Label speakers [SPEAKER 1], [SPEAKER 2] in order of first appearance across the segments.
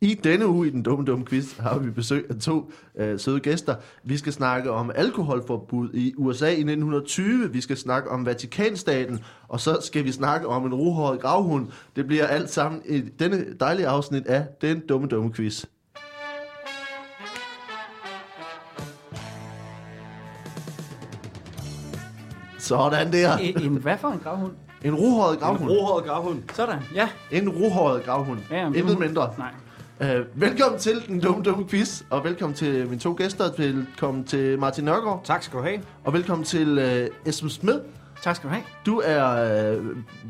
[SPEAKER 1] I denne uge i den dumme dumme quiz har vi besøg af to øh, søde gæster. Vi skal snakke om alkoholforbud i USA i 1920, vi skal snakke om Vatikanstaten, og så skal vi snakke om en rohåret gravhund. Det bliver alt sammen i denne dejlige afsnit af den dumme dumme quiz. Sådan der.
[SPEAKER 2] En, en hvad for en gravhund?
[SPEAKER 1] En rohåret gravhund.
[SPEAKER 3] En rohåret gravhund.
[SPEAKER 2] Sådan, ja.
[SPEAKER 1] En rohåret gravhund.
[SPEAKER 2] Ja,
[SPEAKER 1] Ja,
[SPEAKER 2] men det
[SPEAKER 1] Intet
[SPEAKER 2] må-
[SPEAKER 1] mindre.
[SPEAKER 2] Nej.
[SPEAKER 1] Uh, velkommen til den dumme, dumme quiz, og velkommen til mine to gæster. Velkommen til Martin Nørgaard,
[SPEAKER 3] Tak skal du have.
[SPEAKER 1] og velkommen til uh, Esben Smed.
[SPEAKER 2] Tak skal du have.
[SPEAKER 1] Du er uh,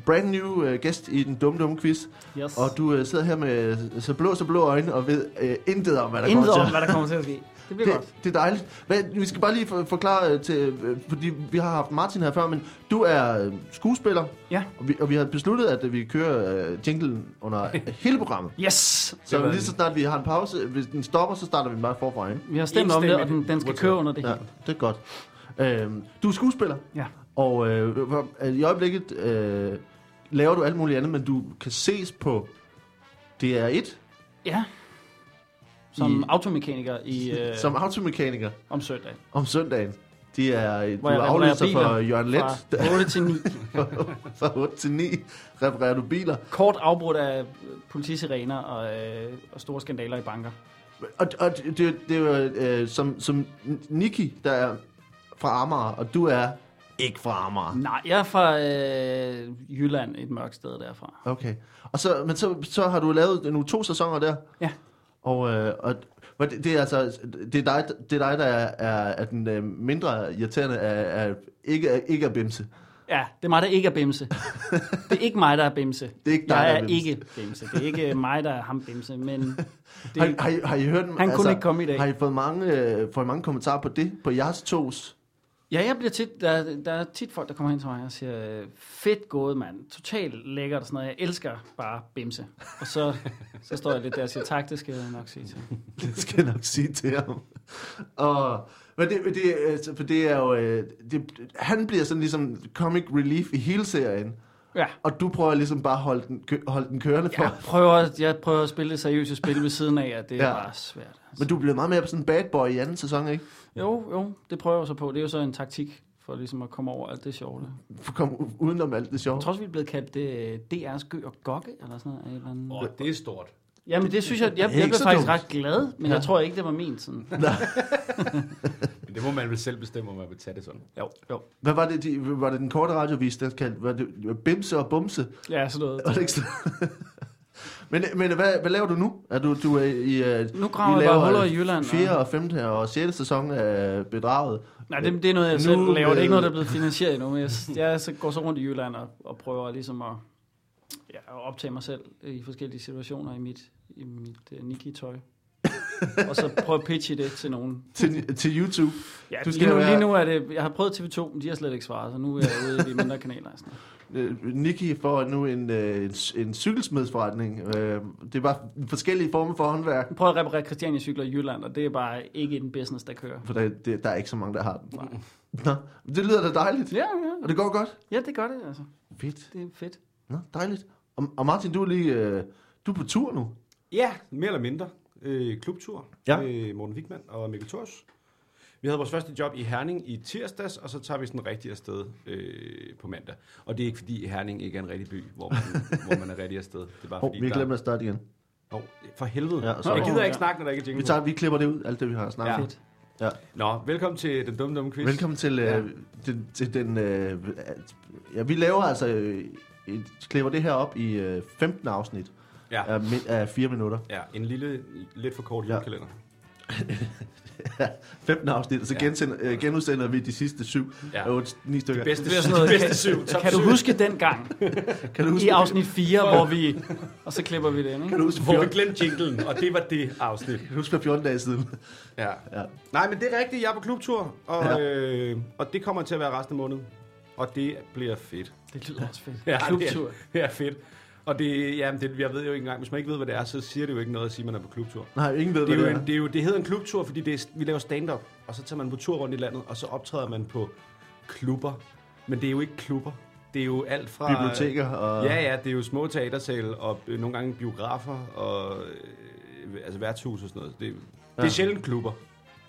[SPEAKER 1] brand new uh, gæst i den dumme, dumme quiz,
[SPEAKER 2] Yes.
[SPEAKER 1] og du uh, sidder her med så blå, så blå øjne og ved uh, intet om, hvad der
[SPEAKER 2] Intet
[SPEAKER 1] kommer
[SPEAKER 2] om,
[SPEAKER 1] til.
[SPEAKER 2] hvad der kommer til at ske. Det bliver godt.
[SPEAKER 1] Det, det er dejligt. Hvad, vi skal bare lige for, forklare, øh, til, øh, fordi vi har haft Martin her før, men du er øh, skuespiller,
[SPEAKER 2] Ja.
[SPEAKER 1] og vi, og vi har besluttet, at øh, vi kører øh, jinglen under hele programmet.
[SPEAKER 2] Yes!
[SPEAKER 3] Det
[SPEAKER 1] Så
[SPEAKER 3] var
[SPEAKER 1] lige
[SPEAKER 3] en-
[SPEAKER 1] så snart vi har en pause, hvis den stopper, så starter vi bare forfra, ikke?
[SPEAKER 2] Vi har stemt om det, og den, den skal
[SPEAKER 3] Enstemmigt.
[SPEAKER 2] køre under det
[SPEAKER 1] Ja,
[SPEAKER 2] hele.
[SPEAKER 1] det er godt. Øhm, du er skuespiller,
[SPEAKER 2] Ja.
[SPEAKER 1] og øh, hvor- øh, i øjeblikket øh, laver du alt muligt andet, men du kan ses på DR1
[SPEAKER 2] Ja. Som
[SPEAKER 1] I-
[SPEAKER 2] automekaniker i, øh,
[SPEAKER 1] øh. som automekaniker
[SPEAKER 2] om søndag.
[SPEAKER 1] om søndagen. Det er, du
[SPEAKER 2] jeg
[SPEAKER 1] er
[SPEAKER 2] reparerer
[SPEAKER 1] afløser
[SPEAKER 2] biler
[SPEAKER 1] for Jørgen Let
[SPEAKER 2] Fra 8 til 9.
[SPEAKER 1] fra 8 til 9. Reparerer du biler?
[SPEAKER 2] Kort afbrudt af øh, politisirener og, øh, og store skandaler i banker.
[SPEAKER 1] Og, og det, det, det er jo, øh, som, som Niki, der er fra Amager, og du er ikke fra Amager.
[SPEAKER 2] Nej, jeg er fra øh, Jylland, et mørkt sted derfra.
[SPEAKER 1] Okay. Og så, men så, så har du lavet nu to sæsoner der.
[SPEAKER 2] Ja.
[SPEAKER 1] Og, øh, og og det, det er altså det er dig, det er dig der er, er, er den øh, mindre irriterende af, af ikke, er, ikke er bimse.
[SPEAKER 2] Ja, det er mig, der ikke er bimse. Det er ikke mig, der er bimse.
[SPEAKER 1] Det er ikke dig,
[SPEAKER 2] jeg
[SPEAKER 1] der er
[SPEAKER 2] er
[SPEAKER 1] bimse.
[SPEAKER 2] ikke bimse. Det er ikke øh, mig, der er ham bimse, men det
[SPEAKER 1] Har, har, I- har I hørt Altså,
[SPEAKER 2] Han kunne ikke komme i dag.
[SPEAKER 1] Har I fået mange, øh, fået mange kommentarer på det på jeres tos?
[SPEAKER 2] Ja, jeg bliver tit, der, der er tit folk, der kommer hen til mig og siger, øh, fedt gået, mand. Totalt lækkert og sådan noget. Jeg elsker bare bimse. Og så, så står jeg lidt der og siger, tak, det skal jeg nok sige til.
[SPEAKER 1] Det skal jeg nok sige til ham. Og men det, men det, altså, for det er jo øh, det, han bliver sådan ligesom comic relief i hele serien.
[SPEAKER 2] Ja.
[SPEAKER 1] Og du prøver ligesom bare at holde den, kø- holde den kørende for.
[SPEAKER 2] Jeg prøver, jeg prøver at spille det seriøse spil ved siden af, og det er
[SPEAKER 1] Ja.
[SPEAKER 2] ja. bare svært. altså.
[SPEAKER 1] Men du bliver meget mere sådan en bad boy i anden sæson, ikke?
[SPEAKER 2] Jo, jo, det prøver jeg så på. Det er jo så en taktik for ligesom at komme over alt det sjove. der.
[SPEAKER 1] For at komme u- udenom alt det sjove.
[SPEAKER 2] Jeg tror også, vi er blevet kaldt det, DR's gø og gokke, eller sådan noget. af et Eller andet.
[SPEAKER 3] Åh, oh, det er stort.
[SPEAKER 2] Jamen, det synes jeg, jeg, jeg
[SPEAKER 1] ikke
[SPEAKER 2] blev
[SPEAKER 1] så
[SPEAKER 2] faktisk
[SPEAKER 1] dumt.
[SPEAKER 2] ret glad, men
[SPEAKER 1] Ja.
[SPEAKER 2] ja. jeg tror ikke, det var min sådan.
[SPEAKER 3] Men det må man vel selv bestemme, om man vil tage det sådan.
[SPEAKER 2] Jo, jo.
[SPEAKER 1] Hvad var det, de, var det den korte radiovis, der kaldte? Var det bimse og bumse?
[SPEAKER 2] Ja, sådan noget.
[SPEAKER 1] Var det ikke sådan? men men hvad, hvad laver du nu? Er du, du er i, øh,
[SPEAKER 2] Nu graver
[SPEAKER 1] I
[SPEAKER 2] jeg bare
[SPEAKER 1] laver,
[SPEAKER 2] huller
[SPEAKER 1] øh,
[SPEAKER 2] i Jylland. og-
[SPEAKER 1] 4. og 5. og 6. sæson af Bedraget.
[SPEAKER 2] Nej, det, det er noget, jeg
[SPEAKER 1] Nu
[SPEAKER 2] selv laver. Det er
[SPEAKER 1] med-
[SPEAKER 2] ikke noget, der er blevet finansieret endnu. Men jeg, jeg så går så rundt i Jylland og, og prøver ligesom at, ja, at optage mig selv i forskellige situationer i mit, i mit uh, Niki-tøj. og så prøve at pitche det til nogen.
[SPEAKER 1] Til, til YouTube.
[SPEAKER 2] Ja,
[SPEAKER 1] Du
[SPEAKER 2] du
[SPEAKER 1] skal
[SPEAKER 2] skal lige, nu,
[SPEAKER 1] være-
[SPEAKER 2] lige nu er det... Jeg har prøvet TV2, men de har slet ikke svaret, så nu er jeg ude i de mindre kanaler. og Sådan. noget.
[SPEAKER 1] Øh, Niki får nu en, øh, en, en cykelsmedsforretning. Øh, det var forskellige former for håndværk.
[SPEAKER 2] Jeg prøver at reparere Christiania-cykler i Jylland, og det er bare ikke en business, der kører.
[SPEAKER 1] For der, det, der er ikke så mange, der har den.
[SPEAKER 2] Nej.
[SPEAKER 1] Nå, det lyder da dejligt.
[SPEAKER 2] Ja, ja.
[SPEAKER 1] Og det går godt.
[SPEAKER 2] ja, det gør det, altså.
[SPEAKER 1] Fedt.
[SPEAKER 2] Det er fedt.
[SPEAKER 1] Nå, dejligt. Og, og Martin, du er lige øh, du er på tur nu.
[SPEAKER 3] Ja, mere eller mindre. Øh, klubtur
[SPEAKER 1] Ja.
[SPEAKER 3] med Morten Wigman og Mikkel Thors. Vi havde vores første job i Herning i tirsdags, og så tager vi sådan rigtig afsted øh, på mandag. Og det er ikke fordi Herning ikke er en rigtig by, hvor man, hvor man er rigtig afsted. Det er bare
[SPEAKER 1] Hov,
[SPEAKER 3] fordi,
[SPEAKER 1] vi
[SPEAKER 3] der-
[SPEAKER 1] glemmer at starte igen.
[SPEAKER 3] Hov, for helvede.
[SPEAKER 1] Ja,
[SPEAKER 3] Ja,
[SPEAKER 1] sorry.
[SPEAKER 3] jeg gider
[SPEAKER 2] Ja.
[SPEAKER 3] ikke snakke, når der ikke er jingle
[SPEAKER 1] Vi,
[SPEAKER 3] på.
[SPEAKER 1] tager, vi klipper det ud, alt det vi har snakket
[SPEAKER 3] Ja.
[SPEAKER 1] om.
[SPEAKER 2] Fedt.
[SPEAKER 1] Ja.
[SPEAKER 3] Nå, velkommen til den dumme dumme quiz.
[SPEAKER 1] Velkommen til, øh,
[SPEAKER 3] Ja.
[SPEAKER 1] den, til den... Øh, at- ja, vi laver altså... Øh, et, klipper det her op i øh, 15 afsnit
[SPEAKER 3] Ja,
[SPEAKER 1] af, mi- af 4 minutter.
[SPEAKER 3] ja, en lille, lidt for kort
[SPEAKER 1] Ja.
[SPEAKER 3] julekalender.
[SPEAKER 1] 15 afsnit, og så
[SPEAKER 3] Ja.
[SPEAKER 1] gensender, øh, genudsender vi de sidste 7,
[SPEAKER 3] Ja.
[SPEAKER 1] 8, 9 stykker.
[SPEAKER 3] Det bedste,
[SPEAKER 2] Det er sådan noget,
[SPEAKER 3] det bedste syv. Top
[SPEAKER 2] Kan
[SPEAKER 3] syv.
[SPEAKER 2] du huske den gang?
[SPEAKER 1] Kan du
[SPEAKER 2] I
[SPEAKER 1] huske,
[SPEAKER 2] afsnit 4, hvor vi... Og så klipper vi det ind,
[SPEAKER 1] kan
[SPEAKER 2] ikke?
[SPEAKER 1] du huske,
[SPEAKER 3] Hvor vi
[SPEAKER 1] 14,
[SPEAKER 3] glemte jinglen, og det var det afsnit.
[SPEAKER 1] kan du huske for 14 dage siden?
[SPEAKER 3] Ja.
[SPEAKER 1] Ja.
[SPEAKER 3] Nej, men det er rigtigt. Jeg er på klubtur, og,
[SPEAKER 1] Ja.
[SPEAKER 3] ja. øh, og det kommer til at være resten af måneden. Og det bliver fedt.
[SPEAKER 2] Det lyder også fedt.
[SPEAKER 3] Ja,
[SPEAKER 2] Klubtur.
[SPEAKER 3] Det er, det er fedt. Og det, jamen det, jeg ved jo ikke engang, hvis man ikke ved, hvad det er, så siger det jo ikke noget at sige, at man er på klubtur.
[SPEAKER 1] Nej, ingen ved,
[SPEAKER 3] Det,
[SPEAKER 1] hvad
[SPEAKER 3] er jo
[SPEAKER 1] det er.
[SPEAKER 3] en, det, er jo, det hedder en klubtur, fordi det er, vi laver stand-up, og så tager man på tur rundt i landet, og så optræder man på klubber. Men det er jo ikke klubber. Det er jo alt fra...
[SPEAKER 1] Biblioteker og...
[SPEAKER 3] Ja, ja, det er jo små teatersal og øh, nogle gange biografer og øh, altså værtshus og sådan noget. Det, det
[SPEAKER 1] Ja.
[SPEAKER 3] er sjældent klubber.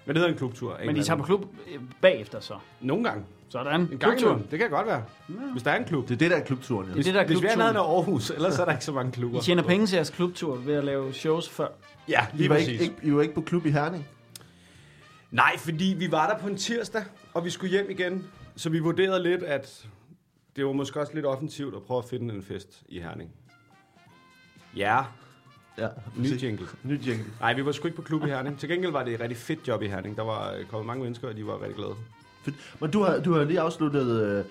[SPEAKER 3] Men det hedder en klubtur. af en
[SPEAKER 2] Men I
[SPEAKER 3] eller
[SPEAKER 2] tager på
[SPEAKER 3] anden-
[SPEAKER 2] klub øh, bagefter så.
[SPEAKER 3] Nogle gange.
[SPEAKER 2] Sådan.
[SPEAKER 3] En gang
[SPEAKER 2] Klubturen.
[SPEAKER 3] imellem. Det kan godt være. Hvis der er en klub.
[SPEAKER 1] Det er det, der er klubturen, ja.
[SPEAKER 2] det, der er
[SPEAKER 3] Hvis vi er
[SPEAKER 2] klubturen.
[SPEAKER 3] nede af Aarhus, ellers er der ikke så mange klubber.
[SPEAKER 2] I tjener penge til jeres klubtur ved at lave shows før.
[SPEAKER 3] Ja,
[SPEAKER 1] I
[SPEAKER 3] lige
[SPEAKER 1] var, ikke,
[SPEAKER 3] præcis.
[SPEAKER 1] ikke, I var ikke på klub i Herning.
[SPEAKER 3] Nej, fordi vi var der på en tirsdag, og vi skulle hjem igen. Så vi vurderede lidt, at det var måske også lidt offensivt at prøve at finde en fest i Herning. Ja,
[SPEAKER 1] Ja,
[SPEAKER 3] ny
[SPEAKER 1] præcis.
[SPEAKER 3] jingle.
[SPEAKER 1] Ny jingle.
[SPEAKER 3] Nej, vi var sgu ikke på klub i Herning. Til gengæld var det et rigtig fedt job i Herning. Der var øh, kommet mange mennesker, og de var rigtig glade.
[SPEAKER 1] Fedt. Men du har, du har lige afsluttet øh,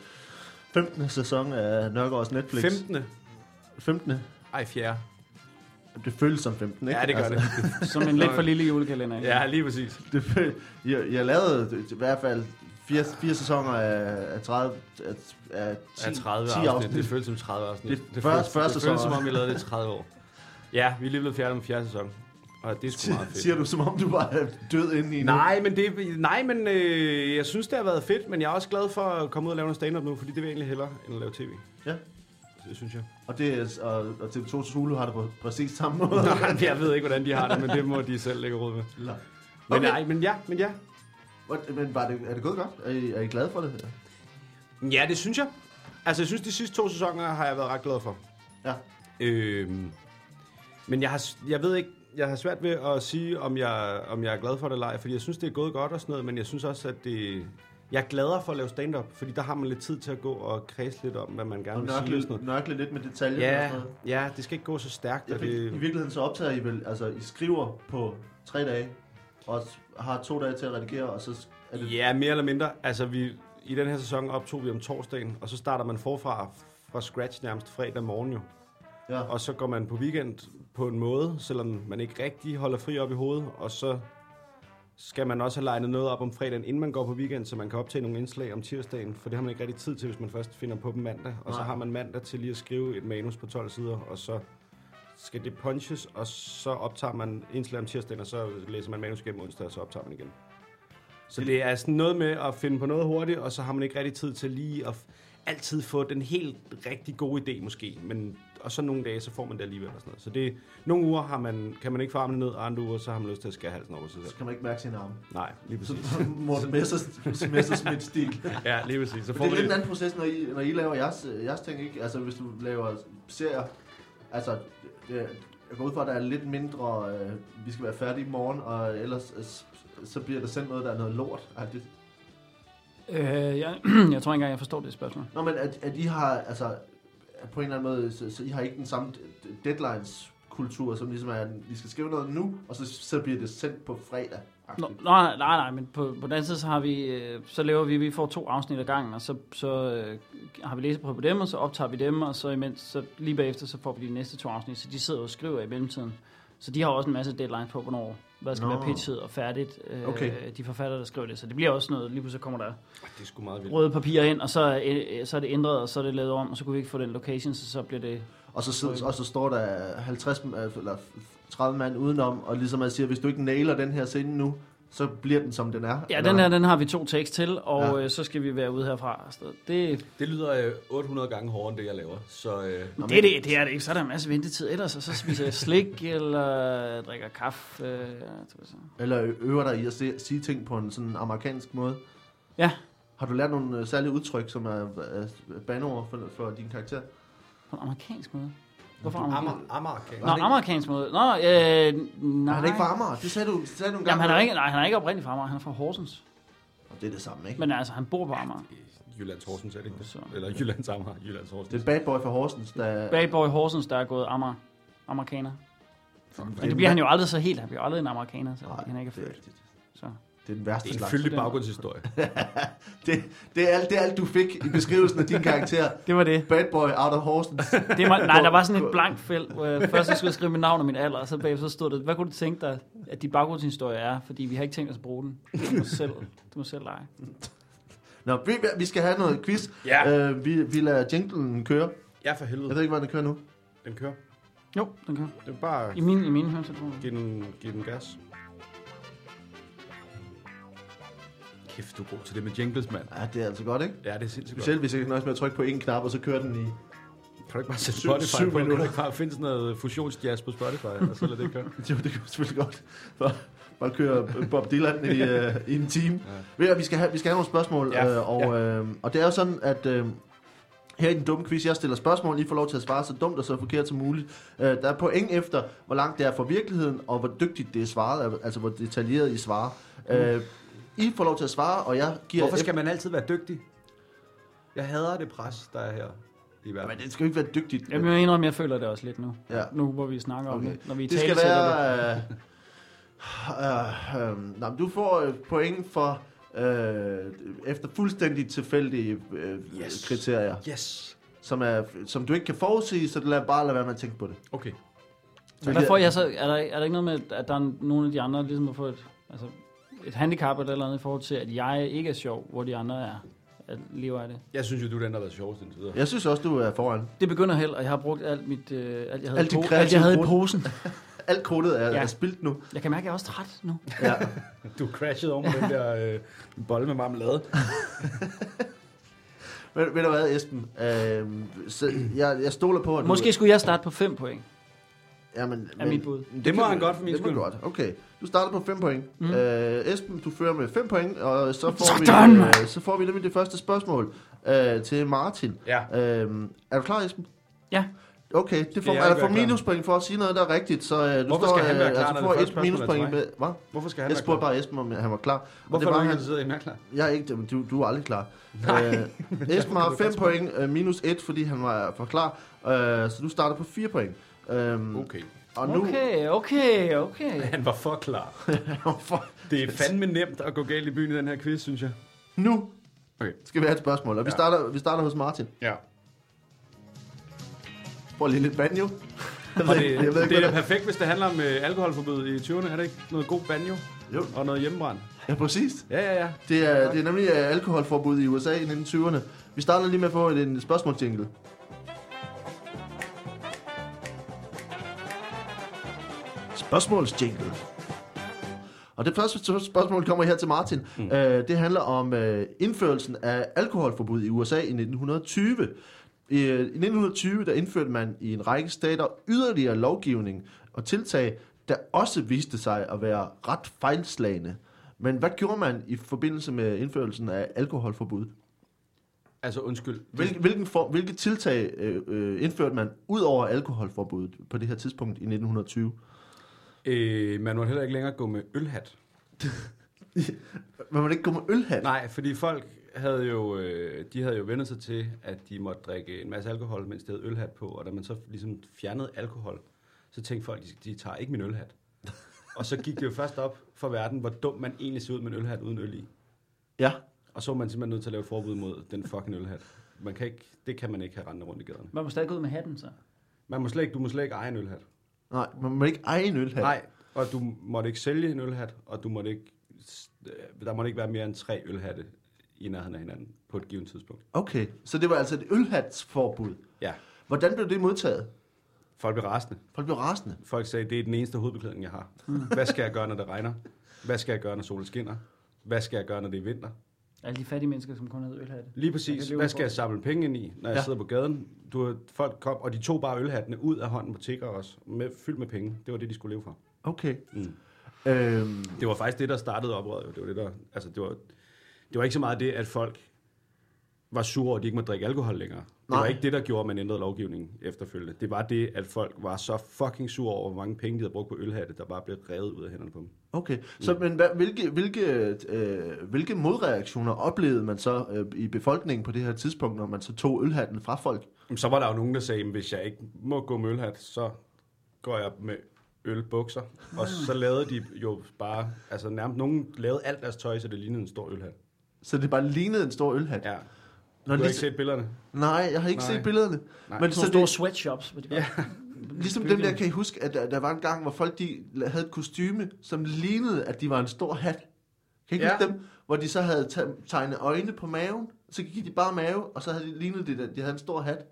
[SPEAKER 1] 15. sæson af Nørgaards Netflix.
[SPEAKER 3] 15.
[SPEAKER 1] 15.
[SPEAKER 3] Ej, 4.
[SPEAKER 1] Det føles som 15, ikke? Altså,
[SPEAKER 3] Ja, det gør det.
[SPEAKER 2] Som en lidt for lille julekalender. ikke?
[SPEAKER 3] Ja, lige præcis.
[SPEAKER 1] det føl- jeg, jeg lavede det- i hvert fald fire, fire sæsoner af, af 30... Af, af 10,
[SPEAKER 3] Ja, 30
[SPEAKER 1] 10
[SPEAKER 3] afsnit.
[SPEAKER 1] afsnit.
[SPEAKER 3] Det føles som 30 afsnit.
[SPEAKER 1] Det er første-
[SPEAKER 3] føles-
[SPEAKER 1] første
[SPEAKER 3] det føles
[SPEAKER 1] sæson.
[SPEAKER 3] som om, vi lavede det i 30 år. Ja, vi er lige blevet fjernet om fjerde sæson. Og det er sgu meget fedt.
[SPEAKER 1] Siger du, som om du var øh, død inde i nu.
[SPEAKER 3] Nej, men, det, nej, men øh, jeg synes, det har været fedt, men jeg er også glad for at komme ud og lave noget stand-up nu, fordi det vil jeg egentlig hellere, end at lave tv.
[SPEAKER 1] Ja.
[SPEAKER 3] Det synes jeg.
[SPEAKER 1] Og, det, er- og, og TV2 Zulu har det på præcis samme måde.
[SPEAKER 3] Nej, jeg ved ikke, hvordan de har det, men det må de selv lægge råd med.
[SPEAKER 1] Eller-
[SPEAKER 3] Men
[SPEAKER 1] Okay.
[SPEAKER 3] nej, men ja, men ja.
[SPEAKER 1] Hvor- Men var det, er det gået godt? Er I, er I glade for det?
[SPEAKER 3] Ja, det synes jeg. Altså, jeg synes, de sidste to sæsoner har jeg været ret glad for.
[SPEAKER 1] Ja.
[SPEAKER 3] Øhm, men jeg, har, s- jeg ved ikke, jeg har svært ved at sige, om jeg, om jeg er glad for det eller ej, fordi jeg synes, det er gået godt og sådan noget, men jeg synes også, at det... Jeg er gladere for at lave stand-up, fordi der har man lidt tid til at gå og kredse lidt om, hvad man gerne
[SPEAKER 1] Og
[SPEAKER 3] vil sige. og sådan
[SPEAKER 1] nørkle,
[SPEAKER 3] noget.
[SPEAKER 1] nørkle lidt med detaljer og
[SPEAKER 3] Ja,
[SPEAKER 1] sådan noget.
[SPEAKER 3] ja, det skal ikke gå så stærkt.
[SPEAKER 1] Jeg
[SPEAKER 3] Og
[SPEAKER 1] fik, I
[SPEAKER 3] det,
[SPEAKER 1] virkeligheden så optager I vel, altså I skriver på tre dage, og s- har to dage til at redigere, og så er det...
[SPEAKER 3] ja, mere eller mindre. Altså, vi, i den her sæson optog vi om torsdagen, og så starter man forfra fra scratch nærmest fredag morgen jo.
[SPEAKER 1] Ja.
[SPEAKER 3] Og så går man på weekend på en måde, selvom man ikke rigtig holder fri op i hovedet, og så skal man også have legnet noget op om fredagen, inden man går på weekend, så man kan optage nogle indslag om tirsdagen, for det har man ikke rigtig tid til, hvis man først finder på dem mandag. Og så
[SPEAKER 1] Nej.
[SPEAKER 3] har man mandag til lige at skrive et manus på 12 sider, og så skal det punches, og så optager man indslag om tirsdagen, og så læser man manus gennem onsdag, og så optager man igen. Så det er sådan noget med at finde på noget hurtigt, og så har man ikke rigtig tid til lige at f- altid få den helt rigtig gode idé måske. Men, og så nogle dage, så får man det alligevel og sådan noget. Så det, nogle uger har man, kan man ikke få armene ned, og andre uger, så har man lyst til at skære halsen over sig selv.
[SPEAKER 1] Så kan man ikke mærke sin arme.
[SPEAKER 3] Nej, lige
[SPEAKER 1] Så
[SPEAKER 3] præcis.
[SPEAKER 1] Morten Messers, Messersmith-stil.
[SPEAKER 3] Ja, lige præcis. Så
[SPEAKER 1] Men det
[SPEAKER 3] får
[SPEAKER 1] er
[SPEAKER 3] man
[SPEAKER 1] lidt en
[SPEAKER 3] det.
[SPEAKER 1] anden proces, når I, når I laver jeres, øh, jeres ting, ikke? Altså, hvis du laver serier, altså, det, jeg går ud fra, at der er lidt mindre, øh, vi skal være færdige i morgen, og ellers øh, s- så bliver der sendt noget, der er noget lort. Ej, det-
[SPEAKER 2] Øh, jeg, jeg tror ikke engang, jeg forstår det spørgsmål.
[SPEAKER 1] Nå, men at, at I har, altså, at på en eller anden måde, så, så I har ikke den samme d- deadlines kultur, som ligesom er, at vi skal skrive noget nu, og så, så bliver det sendt på fredag.
[SPEAKER 2] Nå, nej, nej, nej, men på, på den anden side, så, har vi, øh, så laver vi, vi får to afsnit ad gangen, og så, så øh, har vi læseprøve på dem, og så optager vi dem, og så, imens, så lige bagefter, så får vi de næste to afsnit, så de sidder og skriver i mellemtiden. Så de har også en masse deadlines på, hvornår hvad skal
[SPEAKER 1] Nå.
[SPEAKER 2] være pitchet og færdigt. Øh,
[SPEAKER 1] Okay.
[SPEAKER 2] De forfatter, der skriver det, så det bliver også noget, lige pludselig kommer der
[SPEAKER 3] Det er sgu meget vildt.
[SPEAKER 2] røde papirer ind, og så, er- øh, så er det ændret, og så er det lavet om, og så kunne vi ikke få den location, så så bliver det...
[SPEAKER 1] Og så, sidder, og så står der 50 m- eller 30 mand udenom, og ligesom man siger, hvis du ikke nailer den her scene nu, så bliver den, som den er.
[SPEAKER 2] Ja,
[SPEAKER 1] Eller-
[SPEAKER 2] den her, den har vi to tekst til, og
[SPEAKER 1] Ja.
[SPEAKER 2] øh, så skal vi være ude herfra. Så det,
[SPEAKER 3] Det lyder øh, 800 gange hårdere, end det, jeg laver. Så øh,
[SPEAKER 1] Nå,
[SPEAKER 2] Det, er det, det er det ikke. Så er der en masse ventetid ellers, og så spiser jeg slik, eller drikker kaffe. Øh, ja, tror jeg så.
[SPEAKER 1] Eller øver dig i at se, sige ting på en sådan amerikansk måde.
[SPEAKER 2] Ja.
[SPEAKER 1] Har du lært nogle øh, særlige udtryk, som er øh, banord for, for din karakter?
[SPEAKER 2] på en amerikansk måde. Hvorfor amerikansk?
[SPEAKER 3] Amager, Amager kan
[SPEAKER 2] Nå, amerikansk måde. Nå, øh, nej.
[SPEAKER 1] Nej. Han er ikke fra Amager. Det sagde du, det sagde du engang.
[SPEAKER 2] Jamen, han er ikke, nej, han er ikke oprindelig fra Amager, han er fra Horsens.
[SPEAKER 1] Og det er det samme, ikke? Men...
[SPEAKER 2] Men altså, han bor på Amager.
[SPEAKER 3] Jyllands Horsens, er det ikke det?
[SPEAKER 2] Så.
[SPEAKER 3] Eller Jyllands Amager, Jyllands Horsens.
[SPEAKER 1] Det er bad boy fra Horsens, der...
[SPEAKER 2] Bad boy Horsens, der er gået Amager. Amerikaner.
[SPEAKER 3] Fuck,
[SPEAKER 2] Men det bliver han jo aldrig så helt. Han bliver aldrig en amerikaner, så Nej, han er ikke er
[SPEAKER 1] det er
[SPEAKER 2] født.
[SPEAKER 1] rigtigt.
[SPEAKER 2] Så.
[SPEAKER 1] Det er den værste
[SPEAKER 3] det er en
[SPEAKER 1] slags.
[SPEAKER 3] fyldig baggrundshistorie.
[SPEAKER 1] Det, det, er alt, det er alt, du fik i beskrivelsen af din karakter.
[SPEAKER 2] Det var det.
[SPEAKER 1] Bad boy out of Horsens.
[SPEAKER 2] det var, nej, der var sådan et blankt felt, hvor jeg først skulle jeg skrive mit navn og min alder, og så bagefter så stod der, hvad kunne du tænke dig, at din baggrundshistorie er, fordi vi har ikke tænkt os at bruge den. Du må selv, du må selv lege.
[SPEAKER 1] Nå, vi, vi skal have noget quiz.
[SPEAKER 3] Ja.
[SPEAKER 1] Øh, vi, vi lader jinglen køre.
[SPEAKER 3] Ja, for
[SPEAKER 1] Jeg
[SPEAKER 3] helvede.
[SPEAKER 1] ved ikke, hvordan den kører nu.
[SPEAKER 3] Den kører.
[SPEAKER 2] Jo, den kan.
[SPEAKER 3] Det er bare
[SPEAKER 2] I min, i mine høretelefoner.
[SPEAKER 3] give den, give den gas. Kæft, du er god til det med jingles, mand.
[SPEAKER 1] Ja, det er altså godt, ikke?
[SPEAKER 3] Ja, det er sindssygt godt.
[SPEAKER 1] Specielt hvis jeg kan nøjes med at trykke på én knap, og så kører den i
[SPEAKER 3] Kan du ikke bare sætte
[SPEAKER 1] Syv-
[SPEAKER 3] Spotify
[SPEAKER 1] syv
[SPEAKER 3] på? Kan du
[SPEAKER 1] minutter.
[SPEAKER 3] ikke bare finde sådan noget fusionsjazz på Spotify, og så lad det køre?
[SPEAKER 1] Jo, det kan vi selvfølgelig godt. Bare, bare køre Bob Dylan i, øh, i en time. Ja. Vi, skal have, vi skal have nogle spørgsmål,
[SPEAKER 3] Ja,
[SPEAKER 1] øh, og, øh, og det er jo sådan, at øh, her i den dumme quiz, jeg stiller spørgsmål, I får lov til at svare så dumt og så forkert som muligt. Øh, der er point efter, hvor langt det er fra virkeligheden, og hvor dygtigt det er svaret, altså hvor detaljeret I svarer. Øh, I får lov til at svare, og jeg giver...
[SPEAKER 3] Mm. Hvorfor skal man altid være dygtig? Jeg hader det pres, der er her i verden.
[SPEAKER 1] Men det skal jo ikke være dygtigt.
[SPEAKER 2] Jamen, jeg indrømmer, jeg føler det også lidt nu.
[SPEAKER 1] Ja.
[SPEAKER 2] Nu, hvor vi snakker okay. om
[SPEAKER 1] Okay.
[SPEAKER 2] det. Når vi
[SPEAKER 1] Det skal
[SPEAKER 2] italesætter
[SPEAKER 1] være... Øh, øh, øh, nej, men du får øh, point for øh, efter fuldstændig tilfældige øh,
[SPEAKER 3] Yes.
[SPEAKER 1] yes. kriterier,
[SPEAKER 3] Yes!
[SPEAKER 1] som, er, som du ikke kan forudse, så lad bare lade være med at tænke på det.
[SPEAKER 3] Okay.
[SPEAKER 2] Men Hvad får jeg så? Er der, er der ikke noget med, at der er nogle af de andre, der ligesom har fået et, altså et handicap eller et eller andet i forhold til, at jeg ikke er sjov, hvor de andre er, at lever af det?
[SPEAKER 3] Jeg synes jo, du er den, der har været sjovest indtil videre.
[SPEAKER 1] Jeg synes også, du er foran.
[SPEAKER 2] Det begynder held, og jeg har brugt alt mit, øh, alt jeg havde,
[SPEAKER 1] Alt
[SPEAKER 2] i
[SPEAKER 1] dit
[SPEAKER 2] po- alt jeg havde i
[SPEAKER 1] kreative
[SPEAKER 2] posen.
[SPEAKER 1] Alt krudtet er,
[SPEAKER 2] Ja.
[SPEAKER 1] ja. er spildt nu.
[SPEAKER 2] Jeg kan mærke, at jeg er også træt nu.
[SPEAKER 1] Ja.
[SPEAKER 3] Du crashede over den der øh, bolle med marmelade.
[SPEAKER 1] Men ved du hvad, Esben? Øh, så, jeg, jeg stoler på, at du...
[SPEAKER 2] Måske skulle jeg starte på 5 point.
[SPEAKER 1] Jamen,
[SPEAKER 2] er mit bud.
[SPEAKER 1] Det,
[SPEAKER 3] må
[SPEAKER 1] kan
[SPEAKER 3] han
[SPEAKER 1] du-
[SPEAKER 3] godt for min
[SPEAKER 1] det må
[SPEAKER 3] skyld.
[SPEAKER 1] du godt. Okay. Du starter på 5 point.
[SPEAKER 2] Mhm.
[SPEAKER 1] Mm. Øh, Esben, du fører med 5 point, og så får,
[SPEAKER 2] Sådan,
[SPEAKER 1] vi,
[SPEAKER 2] mand!
[SPEAKER 1] øh, så får vi nemlig det første spørgsmål øh, til Martin.
[SPEAKER 3] Ja.
[SPEAKER 1] Øh, er du klar, Esben?
[SPEAKER 2] Ja.
[SPEAKER 1] Okay, det får,
[SPEAKER 3] jeg
[SPEAKER 1] er
[SPEAKER 3] ikke
[SPEAKER 1] der får
[SPEAKER 3] være klar?
[SPEAKER 1] minuspoint for at sige noget, der er rigtigt, så øh, du
[SPEAKER 3] Hvorfor
[SPEAKER 1] står,
[SPEAKER 3] skal han være klar, når
[SPEAKER 1] altså,
[SPEAKER 3] det
[SPEAKER 1] får
[SPEAKER 3] første
[SPEAKER 1] et
[SPEAKER 3] spørgsmål er til
[SPEAKER 1] minuspoint
[SPEAKER 3] mig?
[SPEAKER 1] med... Hvad?
[SPEAKER 3] Hvorfor skal han
[SPEAKER 1] Jeg
[SPEAKER 3] være
[SPEAKER 1] spurgte
[SPEAKER 3] klar?
[SPEAKER 1] bare Esben, om han var klar. Og
[SPEAKER 3] Hvorfor er
[SPEAKER 1] var
[SPEAKER 3] du ikke
[SPEAKER 1] han,
[SPEAKER 3] interesseret i, om jeg er klar?
[SPEAKER 1] jeg er ikke, det, men du, du er aldrig klar. Nej, øh, Esben har 5 point, øh, minus 1, fordi han var for klar. Øh, så du starter på 4 point. Øhm,
[SPEAKER 3] Okay.
[SPEAKER 1] Og nu,
[SPEAKER 2] Okay, okay, okay.
[SPEAKER 3] Han var for klar.
[SPEAKER 1] for,
[SPEAKER 3] Det er fandme nemt at gå galt i byen i den her quiz, synes jeg.
[SPEAKER 1] nu
[SPEAKER 3] Okay.
[SPEAKER 1] skal vi have et spørgsmål, og vi,
[SPEAKER 3] Ja.
[SPEAKER 1] starter, vi starter hos Martin.
[SPEAKER 3] Ja.
[SPEAKER 1] Får lige lidt banjo. Jeg
[SPEAKER 3] Og
[SPEAKER 1] ved,
[SPEAKER 3] det,
[SPEAKER 1] ikke- jeg ved ikke,
[SPEAKER 3] det er
[SPEAKER 1] hvad
[SPEAKER 3] da perfekt, hvis det handler om øh, alkoholforbud i 20'erne. Er det ikke noget god banjo
[SPEAKER 1] Jo,
[SPEAKER 3] og noget hjemmebrand?
[SPEAKER 1] ja, præcis.
[SPEAKER 3] Ja, ja, ja.
[SPEAKER 1] Det er, det er nemlig øh, alkoholforbud i USA i 1920'erne. Vi starter lige med at få en, en spørgsmålsjingle. Spørgsmålsjingle. Og det første spørgsmål kommer her til Martin. Mm. Øh, det handler om øh, indførelsen af alkoholforbud i USA i 1920. I, øh, I 1920 der indførte man i en række stater yderligere lovgivning og tiltag, der også viste sig at være ret fejlslagende. Men hvad gjorde man i forbindelse med indførelsen af alkoholforbud?
[SPEAKER 3] Altså, undskyld.
[SPEAKER 1] Hvil, hvilken for, hvilke tiltag øh, øh, indførte man ud over alkoholforbuddet på det her tidspunkt i 1920?
[SPEAKER 3] Øh, man må heller ikke længere gå med ølhat.
[SPEAKER 1] Må man ikke gå med ølhat?
[SPEAKER 3] Nej, fordi folk havde jo, øh, de havde jo vendt sig til, at de måtte drikke en masse alkohol, mens de havde ølhat på. Og da man så ligesom fjernede alkohol, så tænkte folk, de, de tager ikke min ølhat. og så gik det jo først op for verden, hvor dum man egentlig ser ud med en ølhat uden øl i.
[SPEAKER 1] Ja.
[SPEAKER 3] Og så var man simpelthen nødt til at lave et forbud mod den fucking ølhat. Man kan ikke, det kan man ikke have rendende rundt i gaderne.
[SPEAKER 2] Man må stadig gå ud med hatten, så.
[SPEAKER 3] Man må slet ikke, du må slet ikke eje en ølhat.
[SPEAKER 1] Nej, man må ikke eje en ølhat.
[SPEAKER 3] Nej, og du måtte ikke sælge en ølhat, og du måtte ikke, der måtte ikke være mere end tre ølhatte i nærheden af hinanden på et givet tidspunkt.
[SPEAKER 1] Okay, så det var altså et ølhatsforbud.
[SPEAKER 3] Ja,
[SPEAKER 1] Hvordan blev det modtaget?
[SPEAKER 3] folk blev rasende.
[SPEAKER 1] Folk blev rasende.
[SPEAKER 3] Folk sagde, det er den eneste hovedbeklædning, jeg har. Hvad skal jeg gøre, når det regner? Hvad skal jeg gøre, når solen skinner? Hvad skal jeg gøre, når det er vinter?
[SPEAKER 2] Alle de fattige mennesker, som kun havde ølhatte.
[SPEAKER 3] Lige
[SPEAKER 2] Jeg kan
[SPEAKER 3] præcis,
[SPEAKER 2] leve
[SPEAKER 3] hvad skal
[SPEAKER 2] for
[SPEAKER 3] jeg samle penge ind i, når jeg
[SPEAKER 1] Ja.
[SPEAKER 3] ja. sidder på gaden? Du, folk kom, og de tog bare ølhattene ud af hånden på tigger også, med, fyldt med penge. Det var det, de skulle leve for.
[SPEAKER 1] Okay.
[SPEAKER 3] Mm.
[SPEAKER 1] Øhm,
[SPEAKER 3] Det var faktisk det, der startede oprøret. Jo. Det var det, der, altså, det, var, det var ikke så meget det, at folk var sure over, at de ikke måtte drikke alkohol længere. Det
[SPEAKER 1] Nej.
[SPEAKER 3] var ikke det, der gjorde, at man ændrede lovgivningen efterfølgende. Det var det, at folk var så fucking sure over, hvor mange penge de havde brugt på ølhatte, der bare blev revet ud af hænderne på dem.
[SPEAKER 1] okay. Så men hvad, hvilke, hvilke, øh, hvilke modreaktioner oplevede man så øh, i befolkningen på det her tidspunkt, når man så tog ølhatten fra folk?
[SPEAKER 3] Jamen, Så var der jo nogen, der sagde, at hvis jeg ikke må gå med ølhat, så går jeg med ølbukser. Og så lavede de jo bare, altså nærmest nogen lavede alt deres tøj, så det lignede en stor ølhat.
[SPEAKER 1] Så det bare lignede en stor ølhat.
[SPEAKER 3] Ja.
[SPEAKER 1] Nå,
[SPEAKER 3] Du har
[SPEAKER 1] lige,
[SPEAKER 3] ikke set billederne?
[SPEAKER 1] Nej, jeg har ikke
[SPEAKER 3] Nej.
[SPEAKER 1] Nej. set billederne.
[SPEAKER 3] Nej.
[SPEAKER 1] Men
[SPEAKER 2] Så nogle
[SPEAKER 1] så
[SPEAKER 2] store
[SPEAKER 1] det,
[SPEAKER 2] sweatshops. Hvor de ja.
[SPEAKER 1] ligesom dem der, kan I huske, at der, der var en gang, hvor folk de havde et kostyme, som lignede, at de var en stor hat. Kan I ja.
[SPEAKER 3] Ja.
[SPEAKER 1] huske dem? Hvor de så havde te- tegnet øjne på maven, så gik de bare mave, og så havde de lignet det, at de havde en stor hat.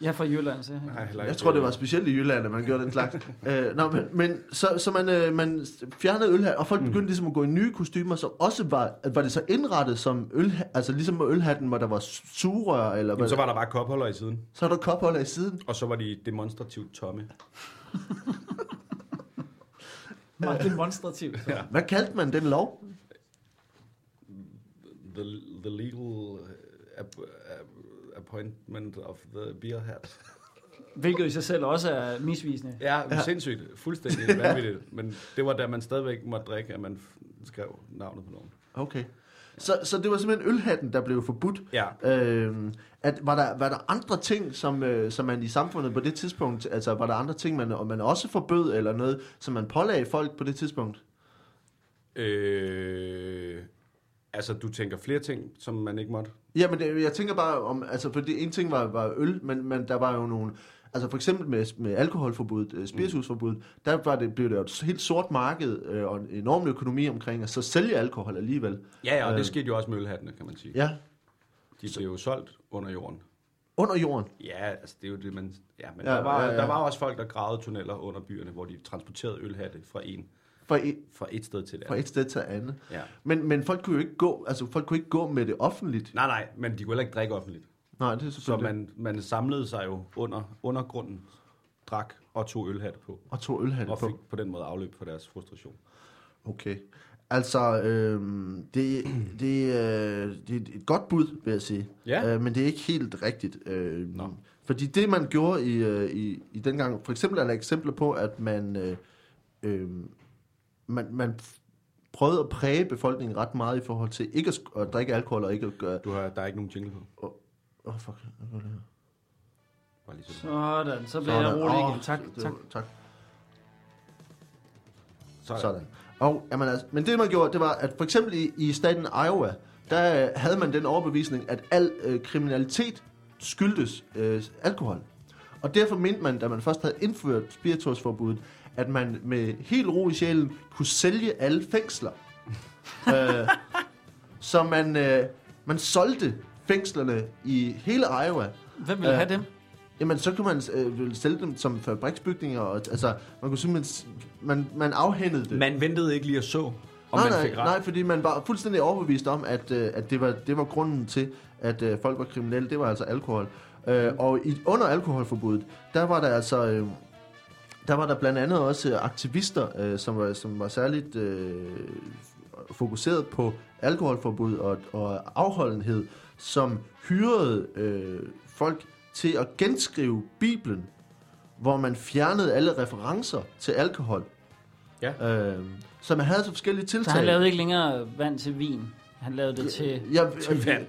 [SPEAKER 2] Jeg er fra Jylland, så jeg.
[SPEAKER 3] Nej, heller ikke.
[SPEAKER 1] Jeg tror, det var specielt i Jylland, at man gjorde den slags. øh, nå, men, men så, så man, øh, man fjernede ølhat, og folk
[SPEAKER 3] Mm.
[SPEAKER 1] begyndte ligesom at gå i nye kostymer, som også var, var det så indrettet som øl, altså ligesom med ølhatten, hvor der var sugerør, eller
[SPEAKER 3] Jamen,
[SPEAKER 1] hvad,
[SPEAKER 3] så
[SPEAKER 1] så,
[SPEAKER 3] var der bare kopholder i siden,
[SPEAKER 1] så er der kopholder i siden.
[SPEAKER 3] og så var de demonstrativt tomme.
[SPEAKER 2] Meget demonstrativt.
[SPEAKER 3] Ja.
[SPEAKER 1] Hvad kaldte man den lov?
[SPEAKER 3] The, the legal uh, app, uh, appointment of the beer hat.
[SPEAKER 2] Hvilket i sig selv også er misvisende.
[SPEAKER 3] Ja, ja. sindssygt. Fuldstændig vanvittigt. Men det var da man stadigvæk måtte drikke, at man f- skrev navnet på nogen.
[SPEAKER 1] Okay. Så, så det var simpelthen ølhatten, der blev forbudt.
[SPEAKER 3] Ja.
[SPEAKER 1] Øhm, at var, der, var der andre ting, som, øh, som man i samfundet på det tidspunkt, altså var der andre ting, man, og man også forbød, eller noget, som man pålagde folk på det tidspunkt?
[SPEAKER 3] Øh, altså, du tænker flere ting, som man ikke måtte?
[SPEAKER 1] Ja, men det, jeg tænker bare om, altså for det ene ting var, var øl, men, men der var jo nogle, altså for eksempel med, med alkoholforbuddet, øh, spiritusforbuddet, der var det, blev det jo et helt sort marked øh, og en enorm økonomi omkring at så sælge alkohol alligevel.
[SPEAKER 3] Ja, ja, og
[SPEAKER 1] Øh.
[SPEAKER 3] det skete jo også med ølhattene, kan man sige.
[SPEAKER 1] Ja,
[SPEAKER 3] De blev jo solgt under jorden.
[SPEAKER 1] under jorden.
[SPEAKER 3] Ja, altså det er jo det, man... Ja, men
[SPEAKER 1] Ja,
[SPEAKER 3] ja, der, var,
[SPEAKER 1] ja,
[SPEAKER 3] ja,
[SPEAKER 1] ja.
[SPEAKER 3] ja. der var også folk, der gravede tunneller under byerne, hvor de transporterede ølhatte fra, en,
[SPEAKER 1] Fra et,
[SPEAKER 3] fra et sted til det
[SPEAKER 1] fra
[SPEAKER 3] andet.
[SPEAKER 1] et sted til andet.
[SPEAKER 3] Ja.
[SPEAKER 1] Men, men folk kunne jo ikke gå, altså folk kunne ikke gå med det offentligt.
[SPEAKER 3] Nej, nej, men de kunne heller ikke drikke offentligt.
[SPEAKER 1] Nej, det er
[SPEAKER 3] Så
[SPEAKER 1] selvfølgelig man...
[SPEAKER 3] man, man samlede sig jo under undergrunden, drak og tog ølhatte på.
[SPEAKER 1] Og tog ølhatte
[SPEAKER 3] Og
[SPEAKER 1] på.
[SPEAKER 3] fik på den måde afløb for deres frustration.
[SPEAKER 1] Okay. Altså, øh, det, det, øh, det er et godt bud, vil jeg sige.
[SPEAKER 3] Ja.
[SPEAKER 1] Øh, men det er ikke helt rigtigt. Øh,
[SPEAKER 3] Nå.
[SPEAKER 1] Fordi det, man gjorde i, øh, i, i dengang, for eksempel er der eksempler på, at man, øh, øh, man, man prøvede at præge befolkningen ret meget i forhold til ikke at, sk- at drikke alkohol og ikke at gøre...
[SPEAKER 3] Du har, der er ikke nogen jingle på.
[SPEAKER 1] Åh, oh, fuck. hvad var det her?
[SPEAKER 3] Bare lige så.
[SPEAKER 2] Sådan, så bliver jeg
[SPEAKER 1] Sådan.
[SPEAKER 2] rolig
[SPEAKER 1] Åh,
[SPEAKER 2] igen. Tak,
[SPEAKER 1] det
[SPEAKER 2] tak.
[SPEAKER 1] var- tak.
[SPEAKER 3] Sådan. Sådan.
[SPEAKER 1] Sådan. Og, jamen, altså, men det man gjorde, det var, at for eksempel i, i staten Iowa, der øh, havde man den overbevisning, at al øh, kriminalitet skyldtes øh, alkohol. Og derfor mente man, da man først havde indført spiritusforbuddet, at man med helt ro i sjælen kunne sælge alle fængsler. øh, så man, øh, man solgte fængslerne i hele Iowa.
[SPEAKER 2] Hvem vil
[SPEAKER 1] Øh,
[SPEAKER 2] have dem?
[SPEAKER 1] Jamen, så kunne man øh, vel sælge dem som fabriksbygninger. Og, altså, man kunne simpelthen... s- Man, man afhændede det
[SPEAKER 3] Man ventede ikke lige at så, om
[SPEAKER 1] nej,
[SPEAKER 3] man
[SPEAKER 1] nej,
[SPEAKER 3] fik ret.
[SPEAKER 1] nej, fordi man var fuldstændig overbevist om, at, øh, at det, var, det var grunden til, at øh, folk var kriminelle. Det var altså alkohol. Øh, og i, under alkoholforbuddet, der var der altså... Øh, der var der blandt andet også øh, aktivister, øh, som, var, som var særligt øh, fokuseret på alkoholforbud og, og afholdenhed, som hyrede øh, folk til at genskrive Bibelen, hvor man fjernede alle referencer til alkohol.
[SPEAKER 3] Ja.
[SPEAKER 1] Øh, så man havde så forskellige
[SPEAKER 2] Så
[SPEAKER 1] tiltag.
[SPEAKER 2] han lavede ikke længere vand til vin. Han lavede det til,
[SPEAKER 1] Ja, ja,
[SPEAKER 3] Til vand.